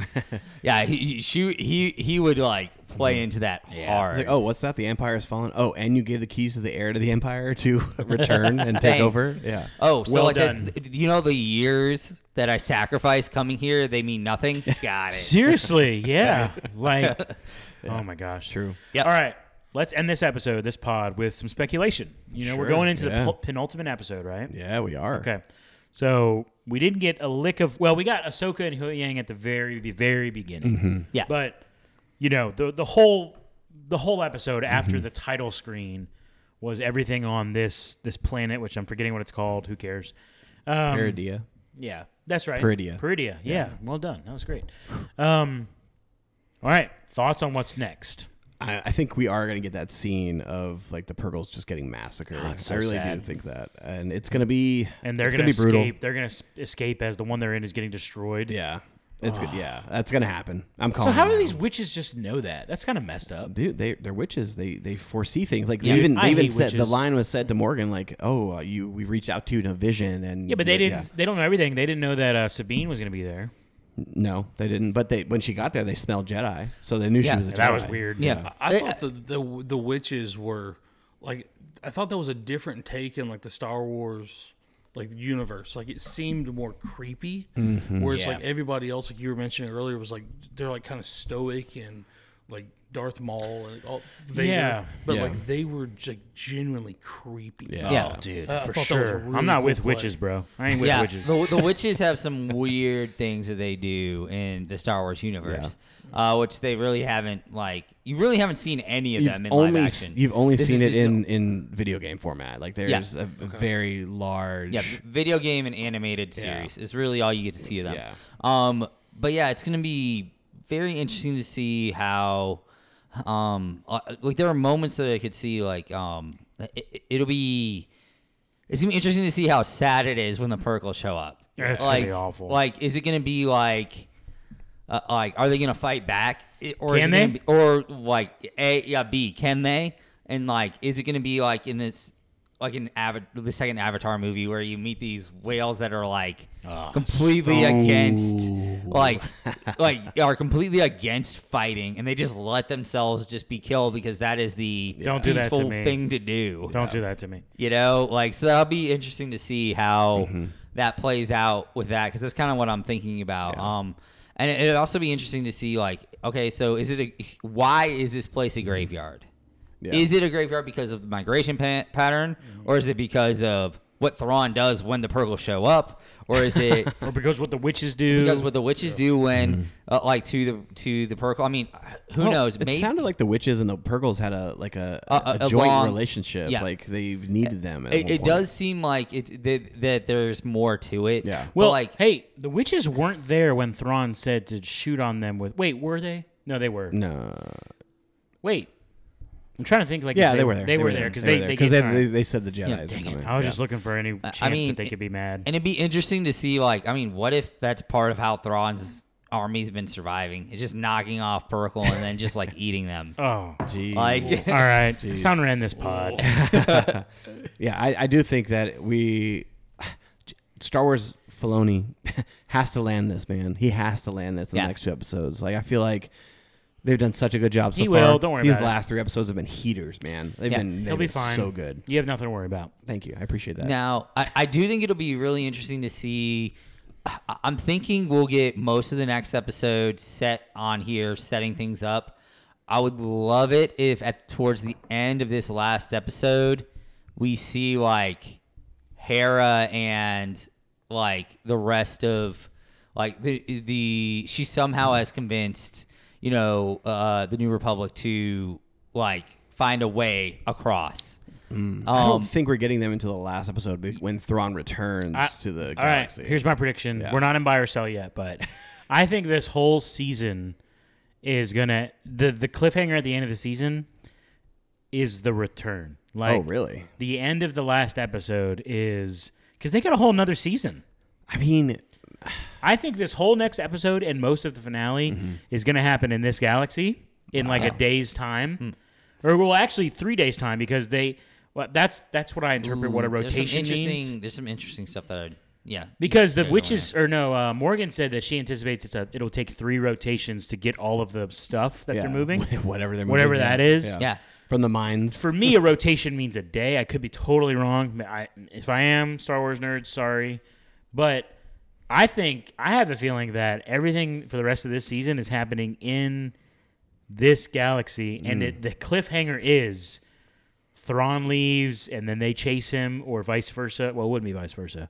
Speaker 4: yeah. He, he- she he he would like play into that hard.
Speaker 2: It's like, oh, what's that? The Empire has fallen. Oh, and you gave the keys to the heir to the Empire to return and take
Speaker 4: Thanks.
Speaker 2: over. Yeah.
Speaker 4: Oh, so
Speaker 1: Well
Speaker 4: like that-
Speaker 1: done.
Speaker 4: th- you know the years that I sacrificed coming here, they mean nothing. Got it.
Speaker 1: Seriously, yeah. Like, oh my gosh.
Speaker 2: True.
Speaker 4: Yep.
Speaker 1: All right. Let's end this episode, this pod, with some speculation. You know, we're
Speaker 2: Sure,
Speaker 1: going into
Speaker 2: yeah.
Speaker 1: the pl- penultimate episode, right?
Speaker 2: Yeah, we are.
Speaker 1: Okay. So we didn't get a lick of. Well, we got Ahsoka and Hu Yang at the very, be- very beginning.
Speaker 2: Mm-hmm.
Speaker 4: Yeah.
Speaker 1: But you know, the the whole the whole episode
Speaker 2: Mm-hmm.
Speaker 1: after the title screen was everything on this this planet, which I'm forgetting what it's called. Who cares? Um,
Speaker 2: Paradia.
Speaker 1: Yeah, that's right.
Speaker 2: Peridia.
Speaker 1: Peridia. Yeah. Well done. That was great. Um, all right. Thoughts on what's next?
Speaker 2: I, I think we are going to get that scene of like the Purgles just getting massacred.
Speaker 1: Oh, so
Speaker 2: I really
Speaker 1: sad.
Speaker 2: do think that, and it's going to be
Speaker 1: And they're
Speaker 2: it's
Speaker 1: going to
Speaker 2: be
Speaker 1: escape.
Speaker 2: brutal.
Speaker 1: They're going to escape as the one they're in is getting destroyed.
Speaker 2: Yeah, Oh, it's good. Yeah, that's going to happen. I'm
Speaker 1: So
Speaker 2: calling.
Speaker 1: how
Speaker 2: it
Speaker 1: do
Speaker 2: now.
Speaker 1: these witches just know that? That's kind of messed up.
Speaker 2: Dude, they they're witches. They they foresee things. Like
Speaker 1: Yeah,
Speaker 2: they even
Speaker 1: I
Speaker 2: they even
Speaker 1: hate
Speaker 2: said the
Speaker 1: witches.
Speaker 2: line was said to Morgan like, "Oh, uh, you we reached out to you in a vision and
Speaker 1: Yeah, but they didn't.
Speaker 2: yeah.
Speaker 1: They don't know everything. They didn't know that uh, Sabine was going to be there.
Speaker 2: No, they didn't. But they when she got there, they smelled Jedi, so they knew
Speaker 4: Yeah,
Speaker 2: she was a Jedi.
Speaker 1: That was weird.
Speaker 4: Yeah.
Speaker 3: I
Speaker 4: They-
Speaker 3: thought the, the the witches were like I thought that was a different take in like the Star Wars like universe. Like it seemed more creepy, whereas like everybody else, like you were mentioning earlier, was like they're like kind of stoic and like Darth Maul and all Vader,
Speaker 1: Yeah.
Speaker 3: but
Speaker 2: Yeah.
Speaker 3: like they were like genuinely creepy.
Speaker 2: Yeah.
Speaker 4: Yeah.
Speaker 1: Oh, dude,
Speaker 3: Uh, I
Speaker 1: for
Speaker 3: thought that was a
Speaker 1: sure.
Speaker 3: really
Speaker 1: I'm not
Speaker 3: cool
Speaker 1: with
Speaker 3: play.
Speaker 1: witches, bro. I ain't with
Speaker 4: yeah,
Speaker 1: witches.
Speaker 4: The, the witches have some weird things that they do in the Star Wars universe, uh, which they really haven't like. You really haven't seen any of
Speaker 2: You've
Speaker 4: them in
Speaker 2: only
Speaker 4: live
Speaker 2: s-
Speaker 4: action.
Speaker 2: you've only
Speaker 4: This is-
Speaker 2: seen it
Speaker 4: this is
Speaker 2: in in video game format. Like there's a very large.
Speaker 4: yeah, v- video game and animated series is really all you get to see of them.
Speaker 2: Yeah.
Speaker 4: Um, but yeah, it's gonna be very interesting to see how, um, uh, like there are moments that I could see like um, it, it'll be. It's gonna be interesting to see how sad it is when the Purkles show up.
Speaker 1: Yeah, it's gonna
Speaker 4: like,
Speaker 1: be awful.
Speaker 4: Like, is it gonna be like, uh, like, are they gonna fight back? I- Or is
Speaker 1: Can
Speaker 4: it
Speaker 1: they?
Speaker 4: gonna Be, or like A, yeah, B, can they? And like, is it gonna be like in this, like in Ava- the second Avatar movie where you meet these whales that are like completely against, like, like are completely against fighting, and they just let themselves just be killed because that is the
Speaker 1: Don't do that to
Speaker 4: peaceful
Speaker 1: me.
Speaker 4: thing to do.
Speaker 1: Don't do that to me.
Speaker 4: You know, like so that'll be interesting to see how
Speaker 2: Mm-hmm.
Speaker 4: that plays out with that because that's kind of what I'm thinking about. Um, and it, it'd also be interesting to see like, okay, so is it a why is this place a graveyard?
Speaker 2: Mm-hmm. Yeah. Mm-hmm.
Speaker 4: Is it a graveyard because of the migration pa- pattern, or is it because of what Thrawn does when the Purgles show up, or is it
Speaker 1: Or because what the witches do.
Speaker 4: because what the witches do when, uh, like to the to the Purgle? I mean, who
Speaker 2: Mm-hmm. Well,
Speaker 4: knows?
Speaker 2: It
Speaker 4: May-
Speaker 2: sounded like the witches and the Purgles had a like a, a,
Speaker 4: A- a- a
Speaker 2: joint
Speaker 4: long-
Speaker 2: relationship.
Speaker 4: yeah.
Speaker 2: Like they needed them. At
Speaker 4: it,
Speaker 2: one
Speaker 4: it
Speaker 2: point.
Speaker 4: does seem like it that, that there's more to it.
Speaker 2: Yeah.
Speaker 4: Well,
Speaker 1: Well,
Speaker 4: like
Speaker 1: hey, the witches weren't there when Thrawn said to shoot on them with. Wait, were they? No, they were.
Speaker 2: No.
Speaker 1: Wait, I'm trying to think. Like,
Speaker 2: Yeah,
Speaker 1: if
Speaker 2: they, were there.
Speaker 1: They, were there because they they,
Speaker 2: because
Speaker 1: gave
Speaker 2: they,
Speaker 1: time.
Speaker 2: they, they said the Jedi.
Speaker 4: Yeah,
Speaker 2: is
Speaker 4: dang it.
Speaker 2: coming.
Speaker 1: I was
Speaker 2: Yeah.
Speaker 1: just looking for any chance
Speaker 4: mean,
Speaker 1: that they could be mad.
Speaker 4: And it'd be interesting to see, like, I mean, what if that's part of how Thrawn's army's been surviving? It's just knocking off Perkle and then just like eating them.
Speaker 1: oh,
Speaker 2: Jeez.
Speaker 4: Like,
Speaker 1: all right. It's time to end this pod.
Speaker 2: Yeah, I, I do think that we Star Wars Filoni has to land this man. He has to land this in
Speaker 4: Yeah.
Speaker 2: the next two episodes. Like I feel like they've done such a good job so
Speaker 1: He
Speaker 2: far.
Speaker 1: will, don't worry
Speaker 2: These
Speaker 1: about it.
Speaker 2: last three episodes have been heaters, man. They've
Speaker 4: Yeah,
Speaker 2: been they've
Speaker 1: He'll be
Speaker 2: been
Speaker 1: fine.
Speaker 2: so good.
Speaker 1: You have nothing to worry about.
Speaker 2: Thank you. I appreciate that.
Speaker 4: now, I, I do think it'll be really interesting to see. I- I'm thinking we'll get most of the next episode set on here, setting things up. I would love it if at towards the end of this last episode, we see like Hera and like the rest of like the the she somehow has convinced you know uh, the New Republic to like find a way across. Um,
Speaker 2: I don't think we're getting them until the last episode be- when Thrawn returns
Speaker 1: I-
Speaker 2: to the
Speaker 1: All right,
Speaker 2: galaxy.
Speaker 1: here's my prediction. We're not in buy or sell yet, but I think this whole season is gonna the the cliffhanger at the end of the season is the return. Like,
Speaker 2: oh, really?
Speaker 1: The end of the last episode is because they got a whole nother season.
Speaker 2: I mean,
Speaker 1: I think this whole next episode and most of the finale
Speaker 4: Mm-hmm.
Speaker 1: is going to happen in this galaxy in like a day's time,
Speaker 4: Hmm.
Speaker 1: or well, actually three days time because they. Well, that's that's what I interpret what a
Speaker 4: Mm, There's some
Speaker 1: rotation
Speaker 4: interesting,
Speaker 1: means.
Speaker 4: There's some interesting stuff that I yeah
Speaker 1: Because the
Speaker 4: Yeah,
Speaker 1: witches or no, uh, Morgan said that she anticipates it's a, it'll take three rotations to get all of the stuff that
Speaker 2: yeah,
Speaker 1: they're moving.
Speaker 2: whatever they're moving,
Speaker 1: Whatever that is.
Speaker 4: Yeah.
Speaker 2: from the mines.
Speaker 1: For me, a rotation means a day. I could be totally wrong. I, if I am Star Wars nerd, sorry, but I think I have a feeling that everything for the rest of this season is happening in this galaxy, and
Speaker 4: Hmm.
Speaker 1: it, the cliffhanger is Thrawn leaves, and then they chase him, or vice versa. Well, it wouldn't be vice versa.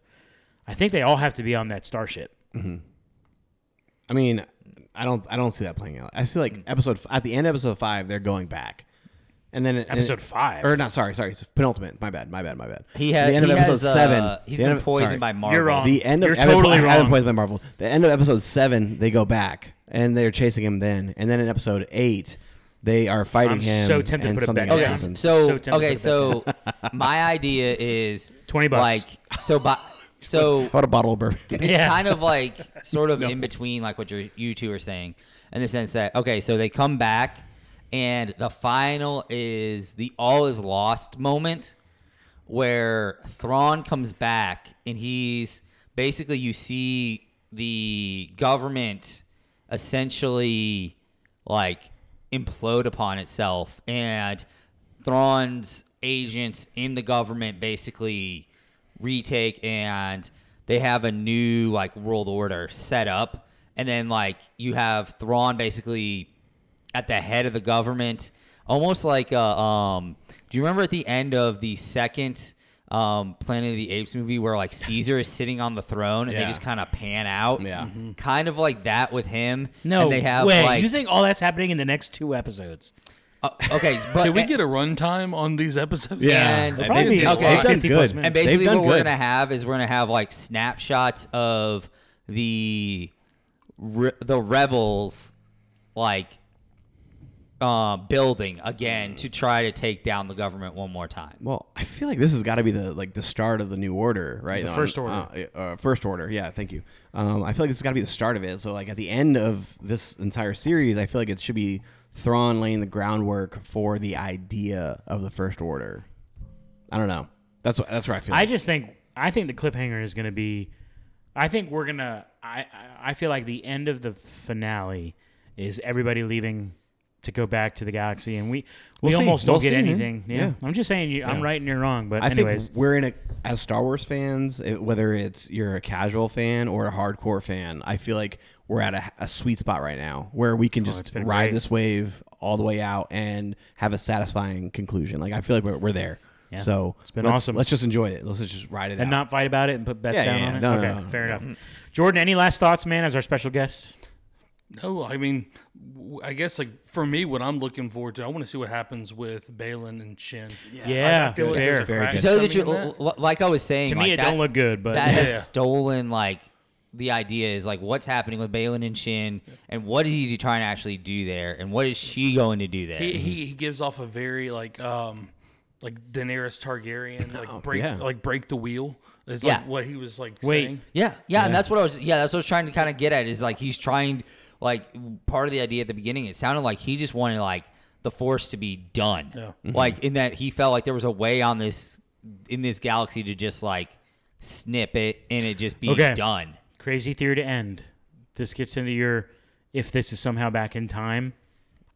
Speaker 1: I think they all have to be on that starship.
Speaker 2: I
Speaker 1: Mm.
Speaker 2: mean, I don't I don't see that playing out. I see like episode f- at the end of episode five, they're going back. And then it-
Speaker 1: Episode
Speaker 2: it-
Speaker 1: five.
Speaker 2: or not? Sorry, sorry, it's penultimate. My bad, my bad, my bad.
Speaker 4: He has.
Speaker 2: the end
Speaker 4: he
Speaker 2: of episode
Speaker 4: has, uh,
Speaker 2: seven.
Speaker 4: He's
Speaker 2: the
Speaker 4: been
Speaker 2: end of-
Speaker 4: poisoned
Speaker 2: sorry.
Speaker 4: by Marvel.
Speaker 1: You're wrong.
Speaker 2: The end of
Speaker 1: Um, You're
Speaker 2: I've been-
Speaker 1: totally
Speaker 2: I've been
Speaker 1: wrong.
Speaker 2: poisoned by Marvel. The end of episode seven, they go back and they're chasing him. Then and then in episode eight, they are fighting
Speaker 1: I'm
Speaker 2: him.
Speaker 1: so tempted to
Speaker 2: and
Speaker 1: put it
Speaker 2: something
Speaker 1: back
Speaker 2: else
Speaker 4: Okay,
Speaker 1: down.
Speaker 2: happens.
Speaker 1: So
Speaker 4: so
Speaker 1: tempted
Speaker 4: okay,
Speaker 1: to put
Speaker 4: so my idea is
Speaker 1: 20 bucks.
Speaker 4: Like so, by, so
Speaker 2: How about a bottle of bourbon?
Speaker 4: it's
Speaker 1: Yeah.
Speaker 4: kind of like sort of in between like what you you two are saying in the sense that okay so they come back and the final is the all is lost moment where Thrawn comes back and he's basically you see the government essentially like implode upon itself and Thrawn's agents in the government basically retake and they have a new like world order set up and then like you have Thrawn basically at the head of the government, almost like uh, um. Do you remember at the end of the second um, Planet of the Apes movie where like Caesar is sitting on the throne and they
Speaker 2: Yeah.
Speaker 4: just kind of pan out? Mm-hmm.
Speaker 2: Yeah.
Speaker 4: kind of like that with him.
Speaker 1: No
Speaker 4: and they have
Speaker 1: way.
Speaker 4: like
Speaker 1: you think all that's happening in the next two episodes?
Speaker 4: uh, okay, but
Speaker 3: Did we get a runtime on these episodes?
Speaker 4: Yeah.
Speaker 2: They've-
Speaker 1: Probably
Speaker 2: they've,
Speaker 4: okay.
Speaker 2: they've done
Speaker 1: 50 plus
Speaker 2: good.
Speaker 1: minutes.
Speaker 4: and basically
Speaker 2: They've
Speaker 4: what
Speaker 2: done
Speaker 4: we're
Speaker 2: good.
Speaker 4: gonna have is we're gonna have like snapshots of the re- the rebels like uh, building again to try to take down the government one more time.
Speaker 2: Well, I feel like this has got to be the like the start of the new order, right?
Speaker 1: The
Speaker 2: Um,
Speaker 1: first order.
Speaker 2: uh, uh, first order. Yeah, thank you. Um, I feel like this has got to be the start of it. So like at the end of this entire series, I feel like it should be Thrawn laying the groundwork for the idea of the first order. I don't know. That's what that's where I feel.
Speaker 1: I
Speaker 2: like.
Speaker 1: just think I think the cliffhanger is going to be. I think we're gonna. I I- I feel like the end of the finale is everybody leaving to go back to the galaxy, and we we
Speaker 2: We'll see.
Speaker 1: almost don't
Speaker 2: We'll
Speaker 1: get
Speaker 2: see, man.
Speaker 1: anything. Yeah.
Speaker 2: Yeah.
Speaker 1: I'm just saying. You, I'm
Speaker 2: Yeah.
Speaker 1: right and you're wrong, but
Speaker 2: I
Speaker 1: anyways,
Speaker 2: think we're in a as Star Wars fans, it, whether it's you're a casual fan or a hardcore fan. I feel like we're at a, a sweet spot right now where we can
Speaker 1: Oh, it's
Speaker 2: just
Speaker 1: been
Speaker 2: ride
Speaker 1: great.
Speaker 2: this wave all the way out and have a satisfying conclusion. Like I feel like we're, we're there.
Speaker 1: Yeah.
Speaker 2: So
Speaker 1: It's been
Speaker 2: let's,
Speaker 1: awesome.
Speaker 2: Let's just enjoy it. Let's just ride it
Speaker 1: and
Speaker 2: out.
Speaker 1: not fight about it and put bets
Speaker 2: Yeah,
Speaker 1: down
Speaker 2: yeah,
Speaker 1: on it.
Speaker 2: no, no,
Speaker 1: okay,
Speaker 2: no, no,
Speaker 1: fair enough. Jordan, any last thoughts, man? As our special guest,
Speaker 3: No, I mean, w- I guess like for me, what I'm looking forward to, I want to see what happens with Balin and Shin. I-
Speaker 1: Yeah,
Speaker 3: I, feel like there's a
Speaker 1: fair.
Speaker 3: crack
Speaker 2: Very
Speaker 4: So that you,
Speaker 3: coming in that.
Speaker 4: l- like I was saying,
Speaker 1: to
Speaker 4: like
Speaker 1: me, it
Speaker 4: that-
Speaker 1: don't look good, but
Speaker 4: that
Speaker 3: Yeah.
Speaker 4: has stolen like the idea is like what's happening with Balin and Shin, and what is he trying to actually do there, and what is she going to do there?
Speaker 1: Mm-hmm.
Speaker 3: He, he he gives off a very like um like Daenerys Targaryen like break
Speaker 2: yeah.
Speaker 3: like break the wheel is
Speaker 4: Yeah.
Speaker 3: like what he was like
Speaker 1: Wait.
Speaker 3: saying.
Speaker 4: Yeah, yeah, and that's what I was. Yeah, that's what I was trying to kind of get at. Is like he's trying, like part of the idea at the beginning. It sounded like he just wanted like the force to be done.
Speaker 3: Yeah.
Speaker 4: Like in that he felt like there was a way on this in this galaxy to just like snip it and it just be
Speaker 1: Okay.
Speaker 4: done.
Speaker 1: crazy theory to end. This gets into your if this is somehow back in time.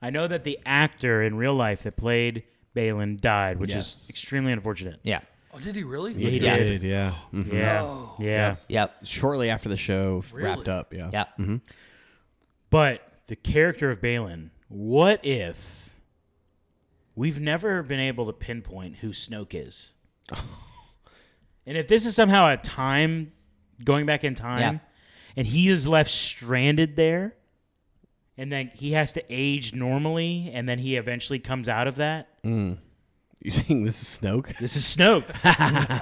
Speaker 1: I know that the actor in real life that played Balin died, which
Speaker 2: Yes.
Speaker 1: is extremely unfortunate.
Speaker 4: Yeah.
Speaker 3: Oh, did he really?
Speaker 1: he
Speaker 3: Yeah.
Speaker 1: did.
Speaker 2: yeah. Mm.
Speaker 1: Yeah. Yeah.
Speaker 4: Yep.
Speaker 2: Shortly after the show f- wrapped up. Yeah.
Speaker 4: Yep.
Speaker 1: But the character of Balin, what if we've never been able to pinpoint who Snoke is? and if this is somehow a time going back in time and he is left stranded there and then he has to age normally and then he eventually comes out of that.
Speaker 2: You think this is Snoke?
Speaker 1: This is Snoke.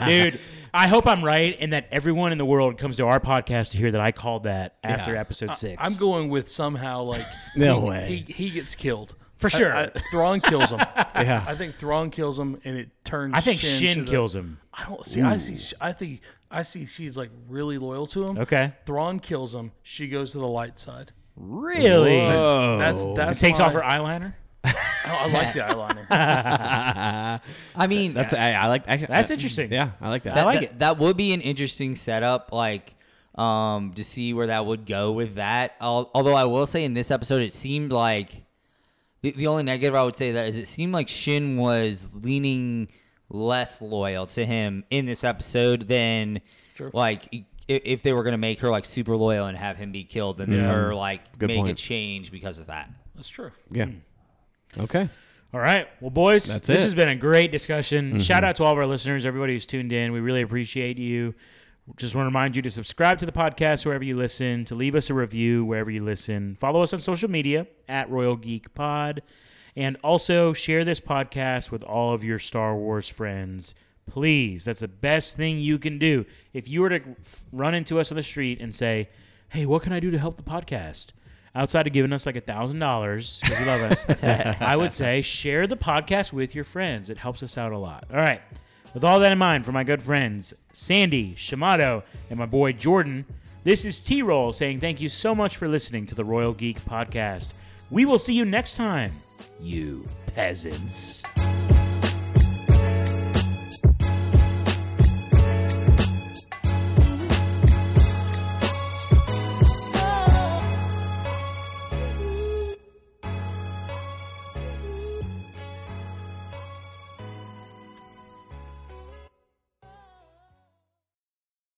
Speaker 1: Dude, I hope I'm right and that everyone in the world comes to our podcast to hear that I called that after episode 6.
Speaker 3: I'm going with somehow like
Speaker 2: No
Speaker 3: he,
Speaker 2: way.
Speaker 3: he he gets killed
Speaker 1: For
Speaker 3: I-
Speaker 1: sure.
Speaker 3: I, Thrawn kills him.
Speaker 2: Yeah.
Speaker 3: I think Thrawn kills him, and it turns.
Speaker 1: I think
Speaker 3: Shin,
Speaker 1: Shin
Speaker 3: to the-
Speaker 1: kills him.
Speaker 3: I don't see. I see. I think. I see. She's like really loyal to him.
Speaker 1: Okay.
Speaker 3: Thrawn kills him. She goes to the light side.
Speaker 1: Really?
Speaker 3: That's that's.
Speaker 1: takes
Speaker 3: my-
Speaker 1: off her eyeliner.
Speaker 3: Oh, I like the eyeliner.
Speaker 4: I mean,
Speaker 2: That's I, I like. I,
Speaker 1: That's
Speaker 2: I-
Speaker 1: interesting.
Speaker 2: Yeah, I like that.
Speaker 1: I like
Speaker 4: that,
Speaker 1: it.
Speaker 4: That would be an interesting setup, like um, to see where that would go with that. Al- Although I will say, in this episode, it seemed like the, the only negative I would say that is it seemed like Shin was leaning less loyal to him in this episode than like i- if they were going to make her like super loyal and have him be killed, and then her like
Speaker 2: Good
Speaker 4: make a
Speaker 2: point.
Speaker 4: change because of that.
Speaker 3: That's true.
Speaker 2: Yeah. Okay.
Speaker 1: All right. Well, boys,
Speaker 2: That's
Speaker 1: this
Speaker 2: it. Mm-hmm.
Speaker 1: has been a great discussion. Shout out to all of our listeners, everybody who's tuned in. We really appreciate you. Just want to remind you to subscribe to the podcast wherever you listen, to leave us a review wherever you listen. Follow us on social media at Royal Geek Pod. And also share this podcast with all of your Star Wars friends. Please, that's the best thing you can do. If you were to f- run into us on the street and say, "Hey, what can I do to help the podcast?" Outside of giving us like a thousand dollars because you love us, I would say share the podcast with your friends. It helps us out a lot. All right. With all that in mind, for my good friends Sandy, Shamato, and my boy Jordan, this is T Roll saying thank you so much for listening to the Royal Geek Podcast. We will see you next time, you peasants.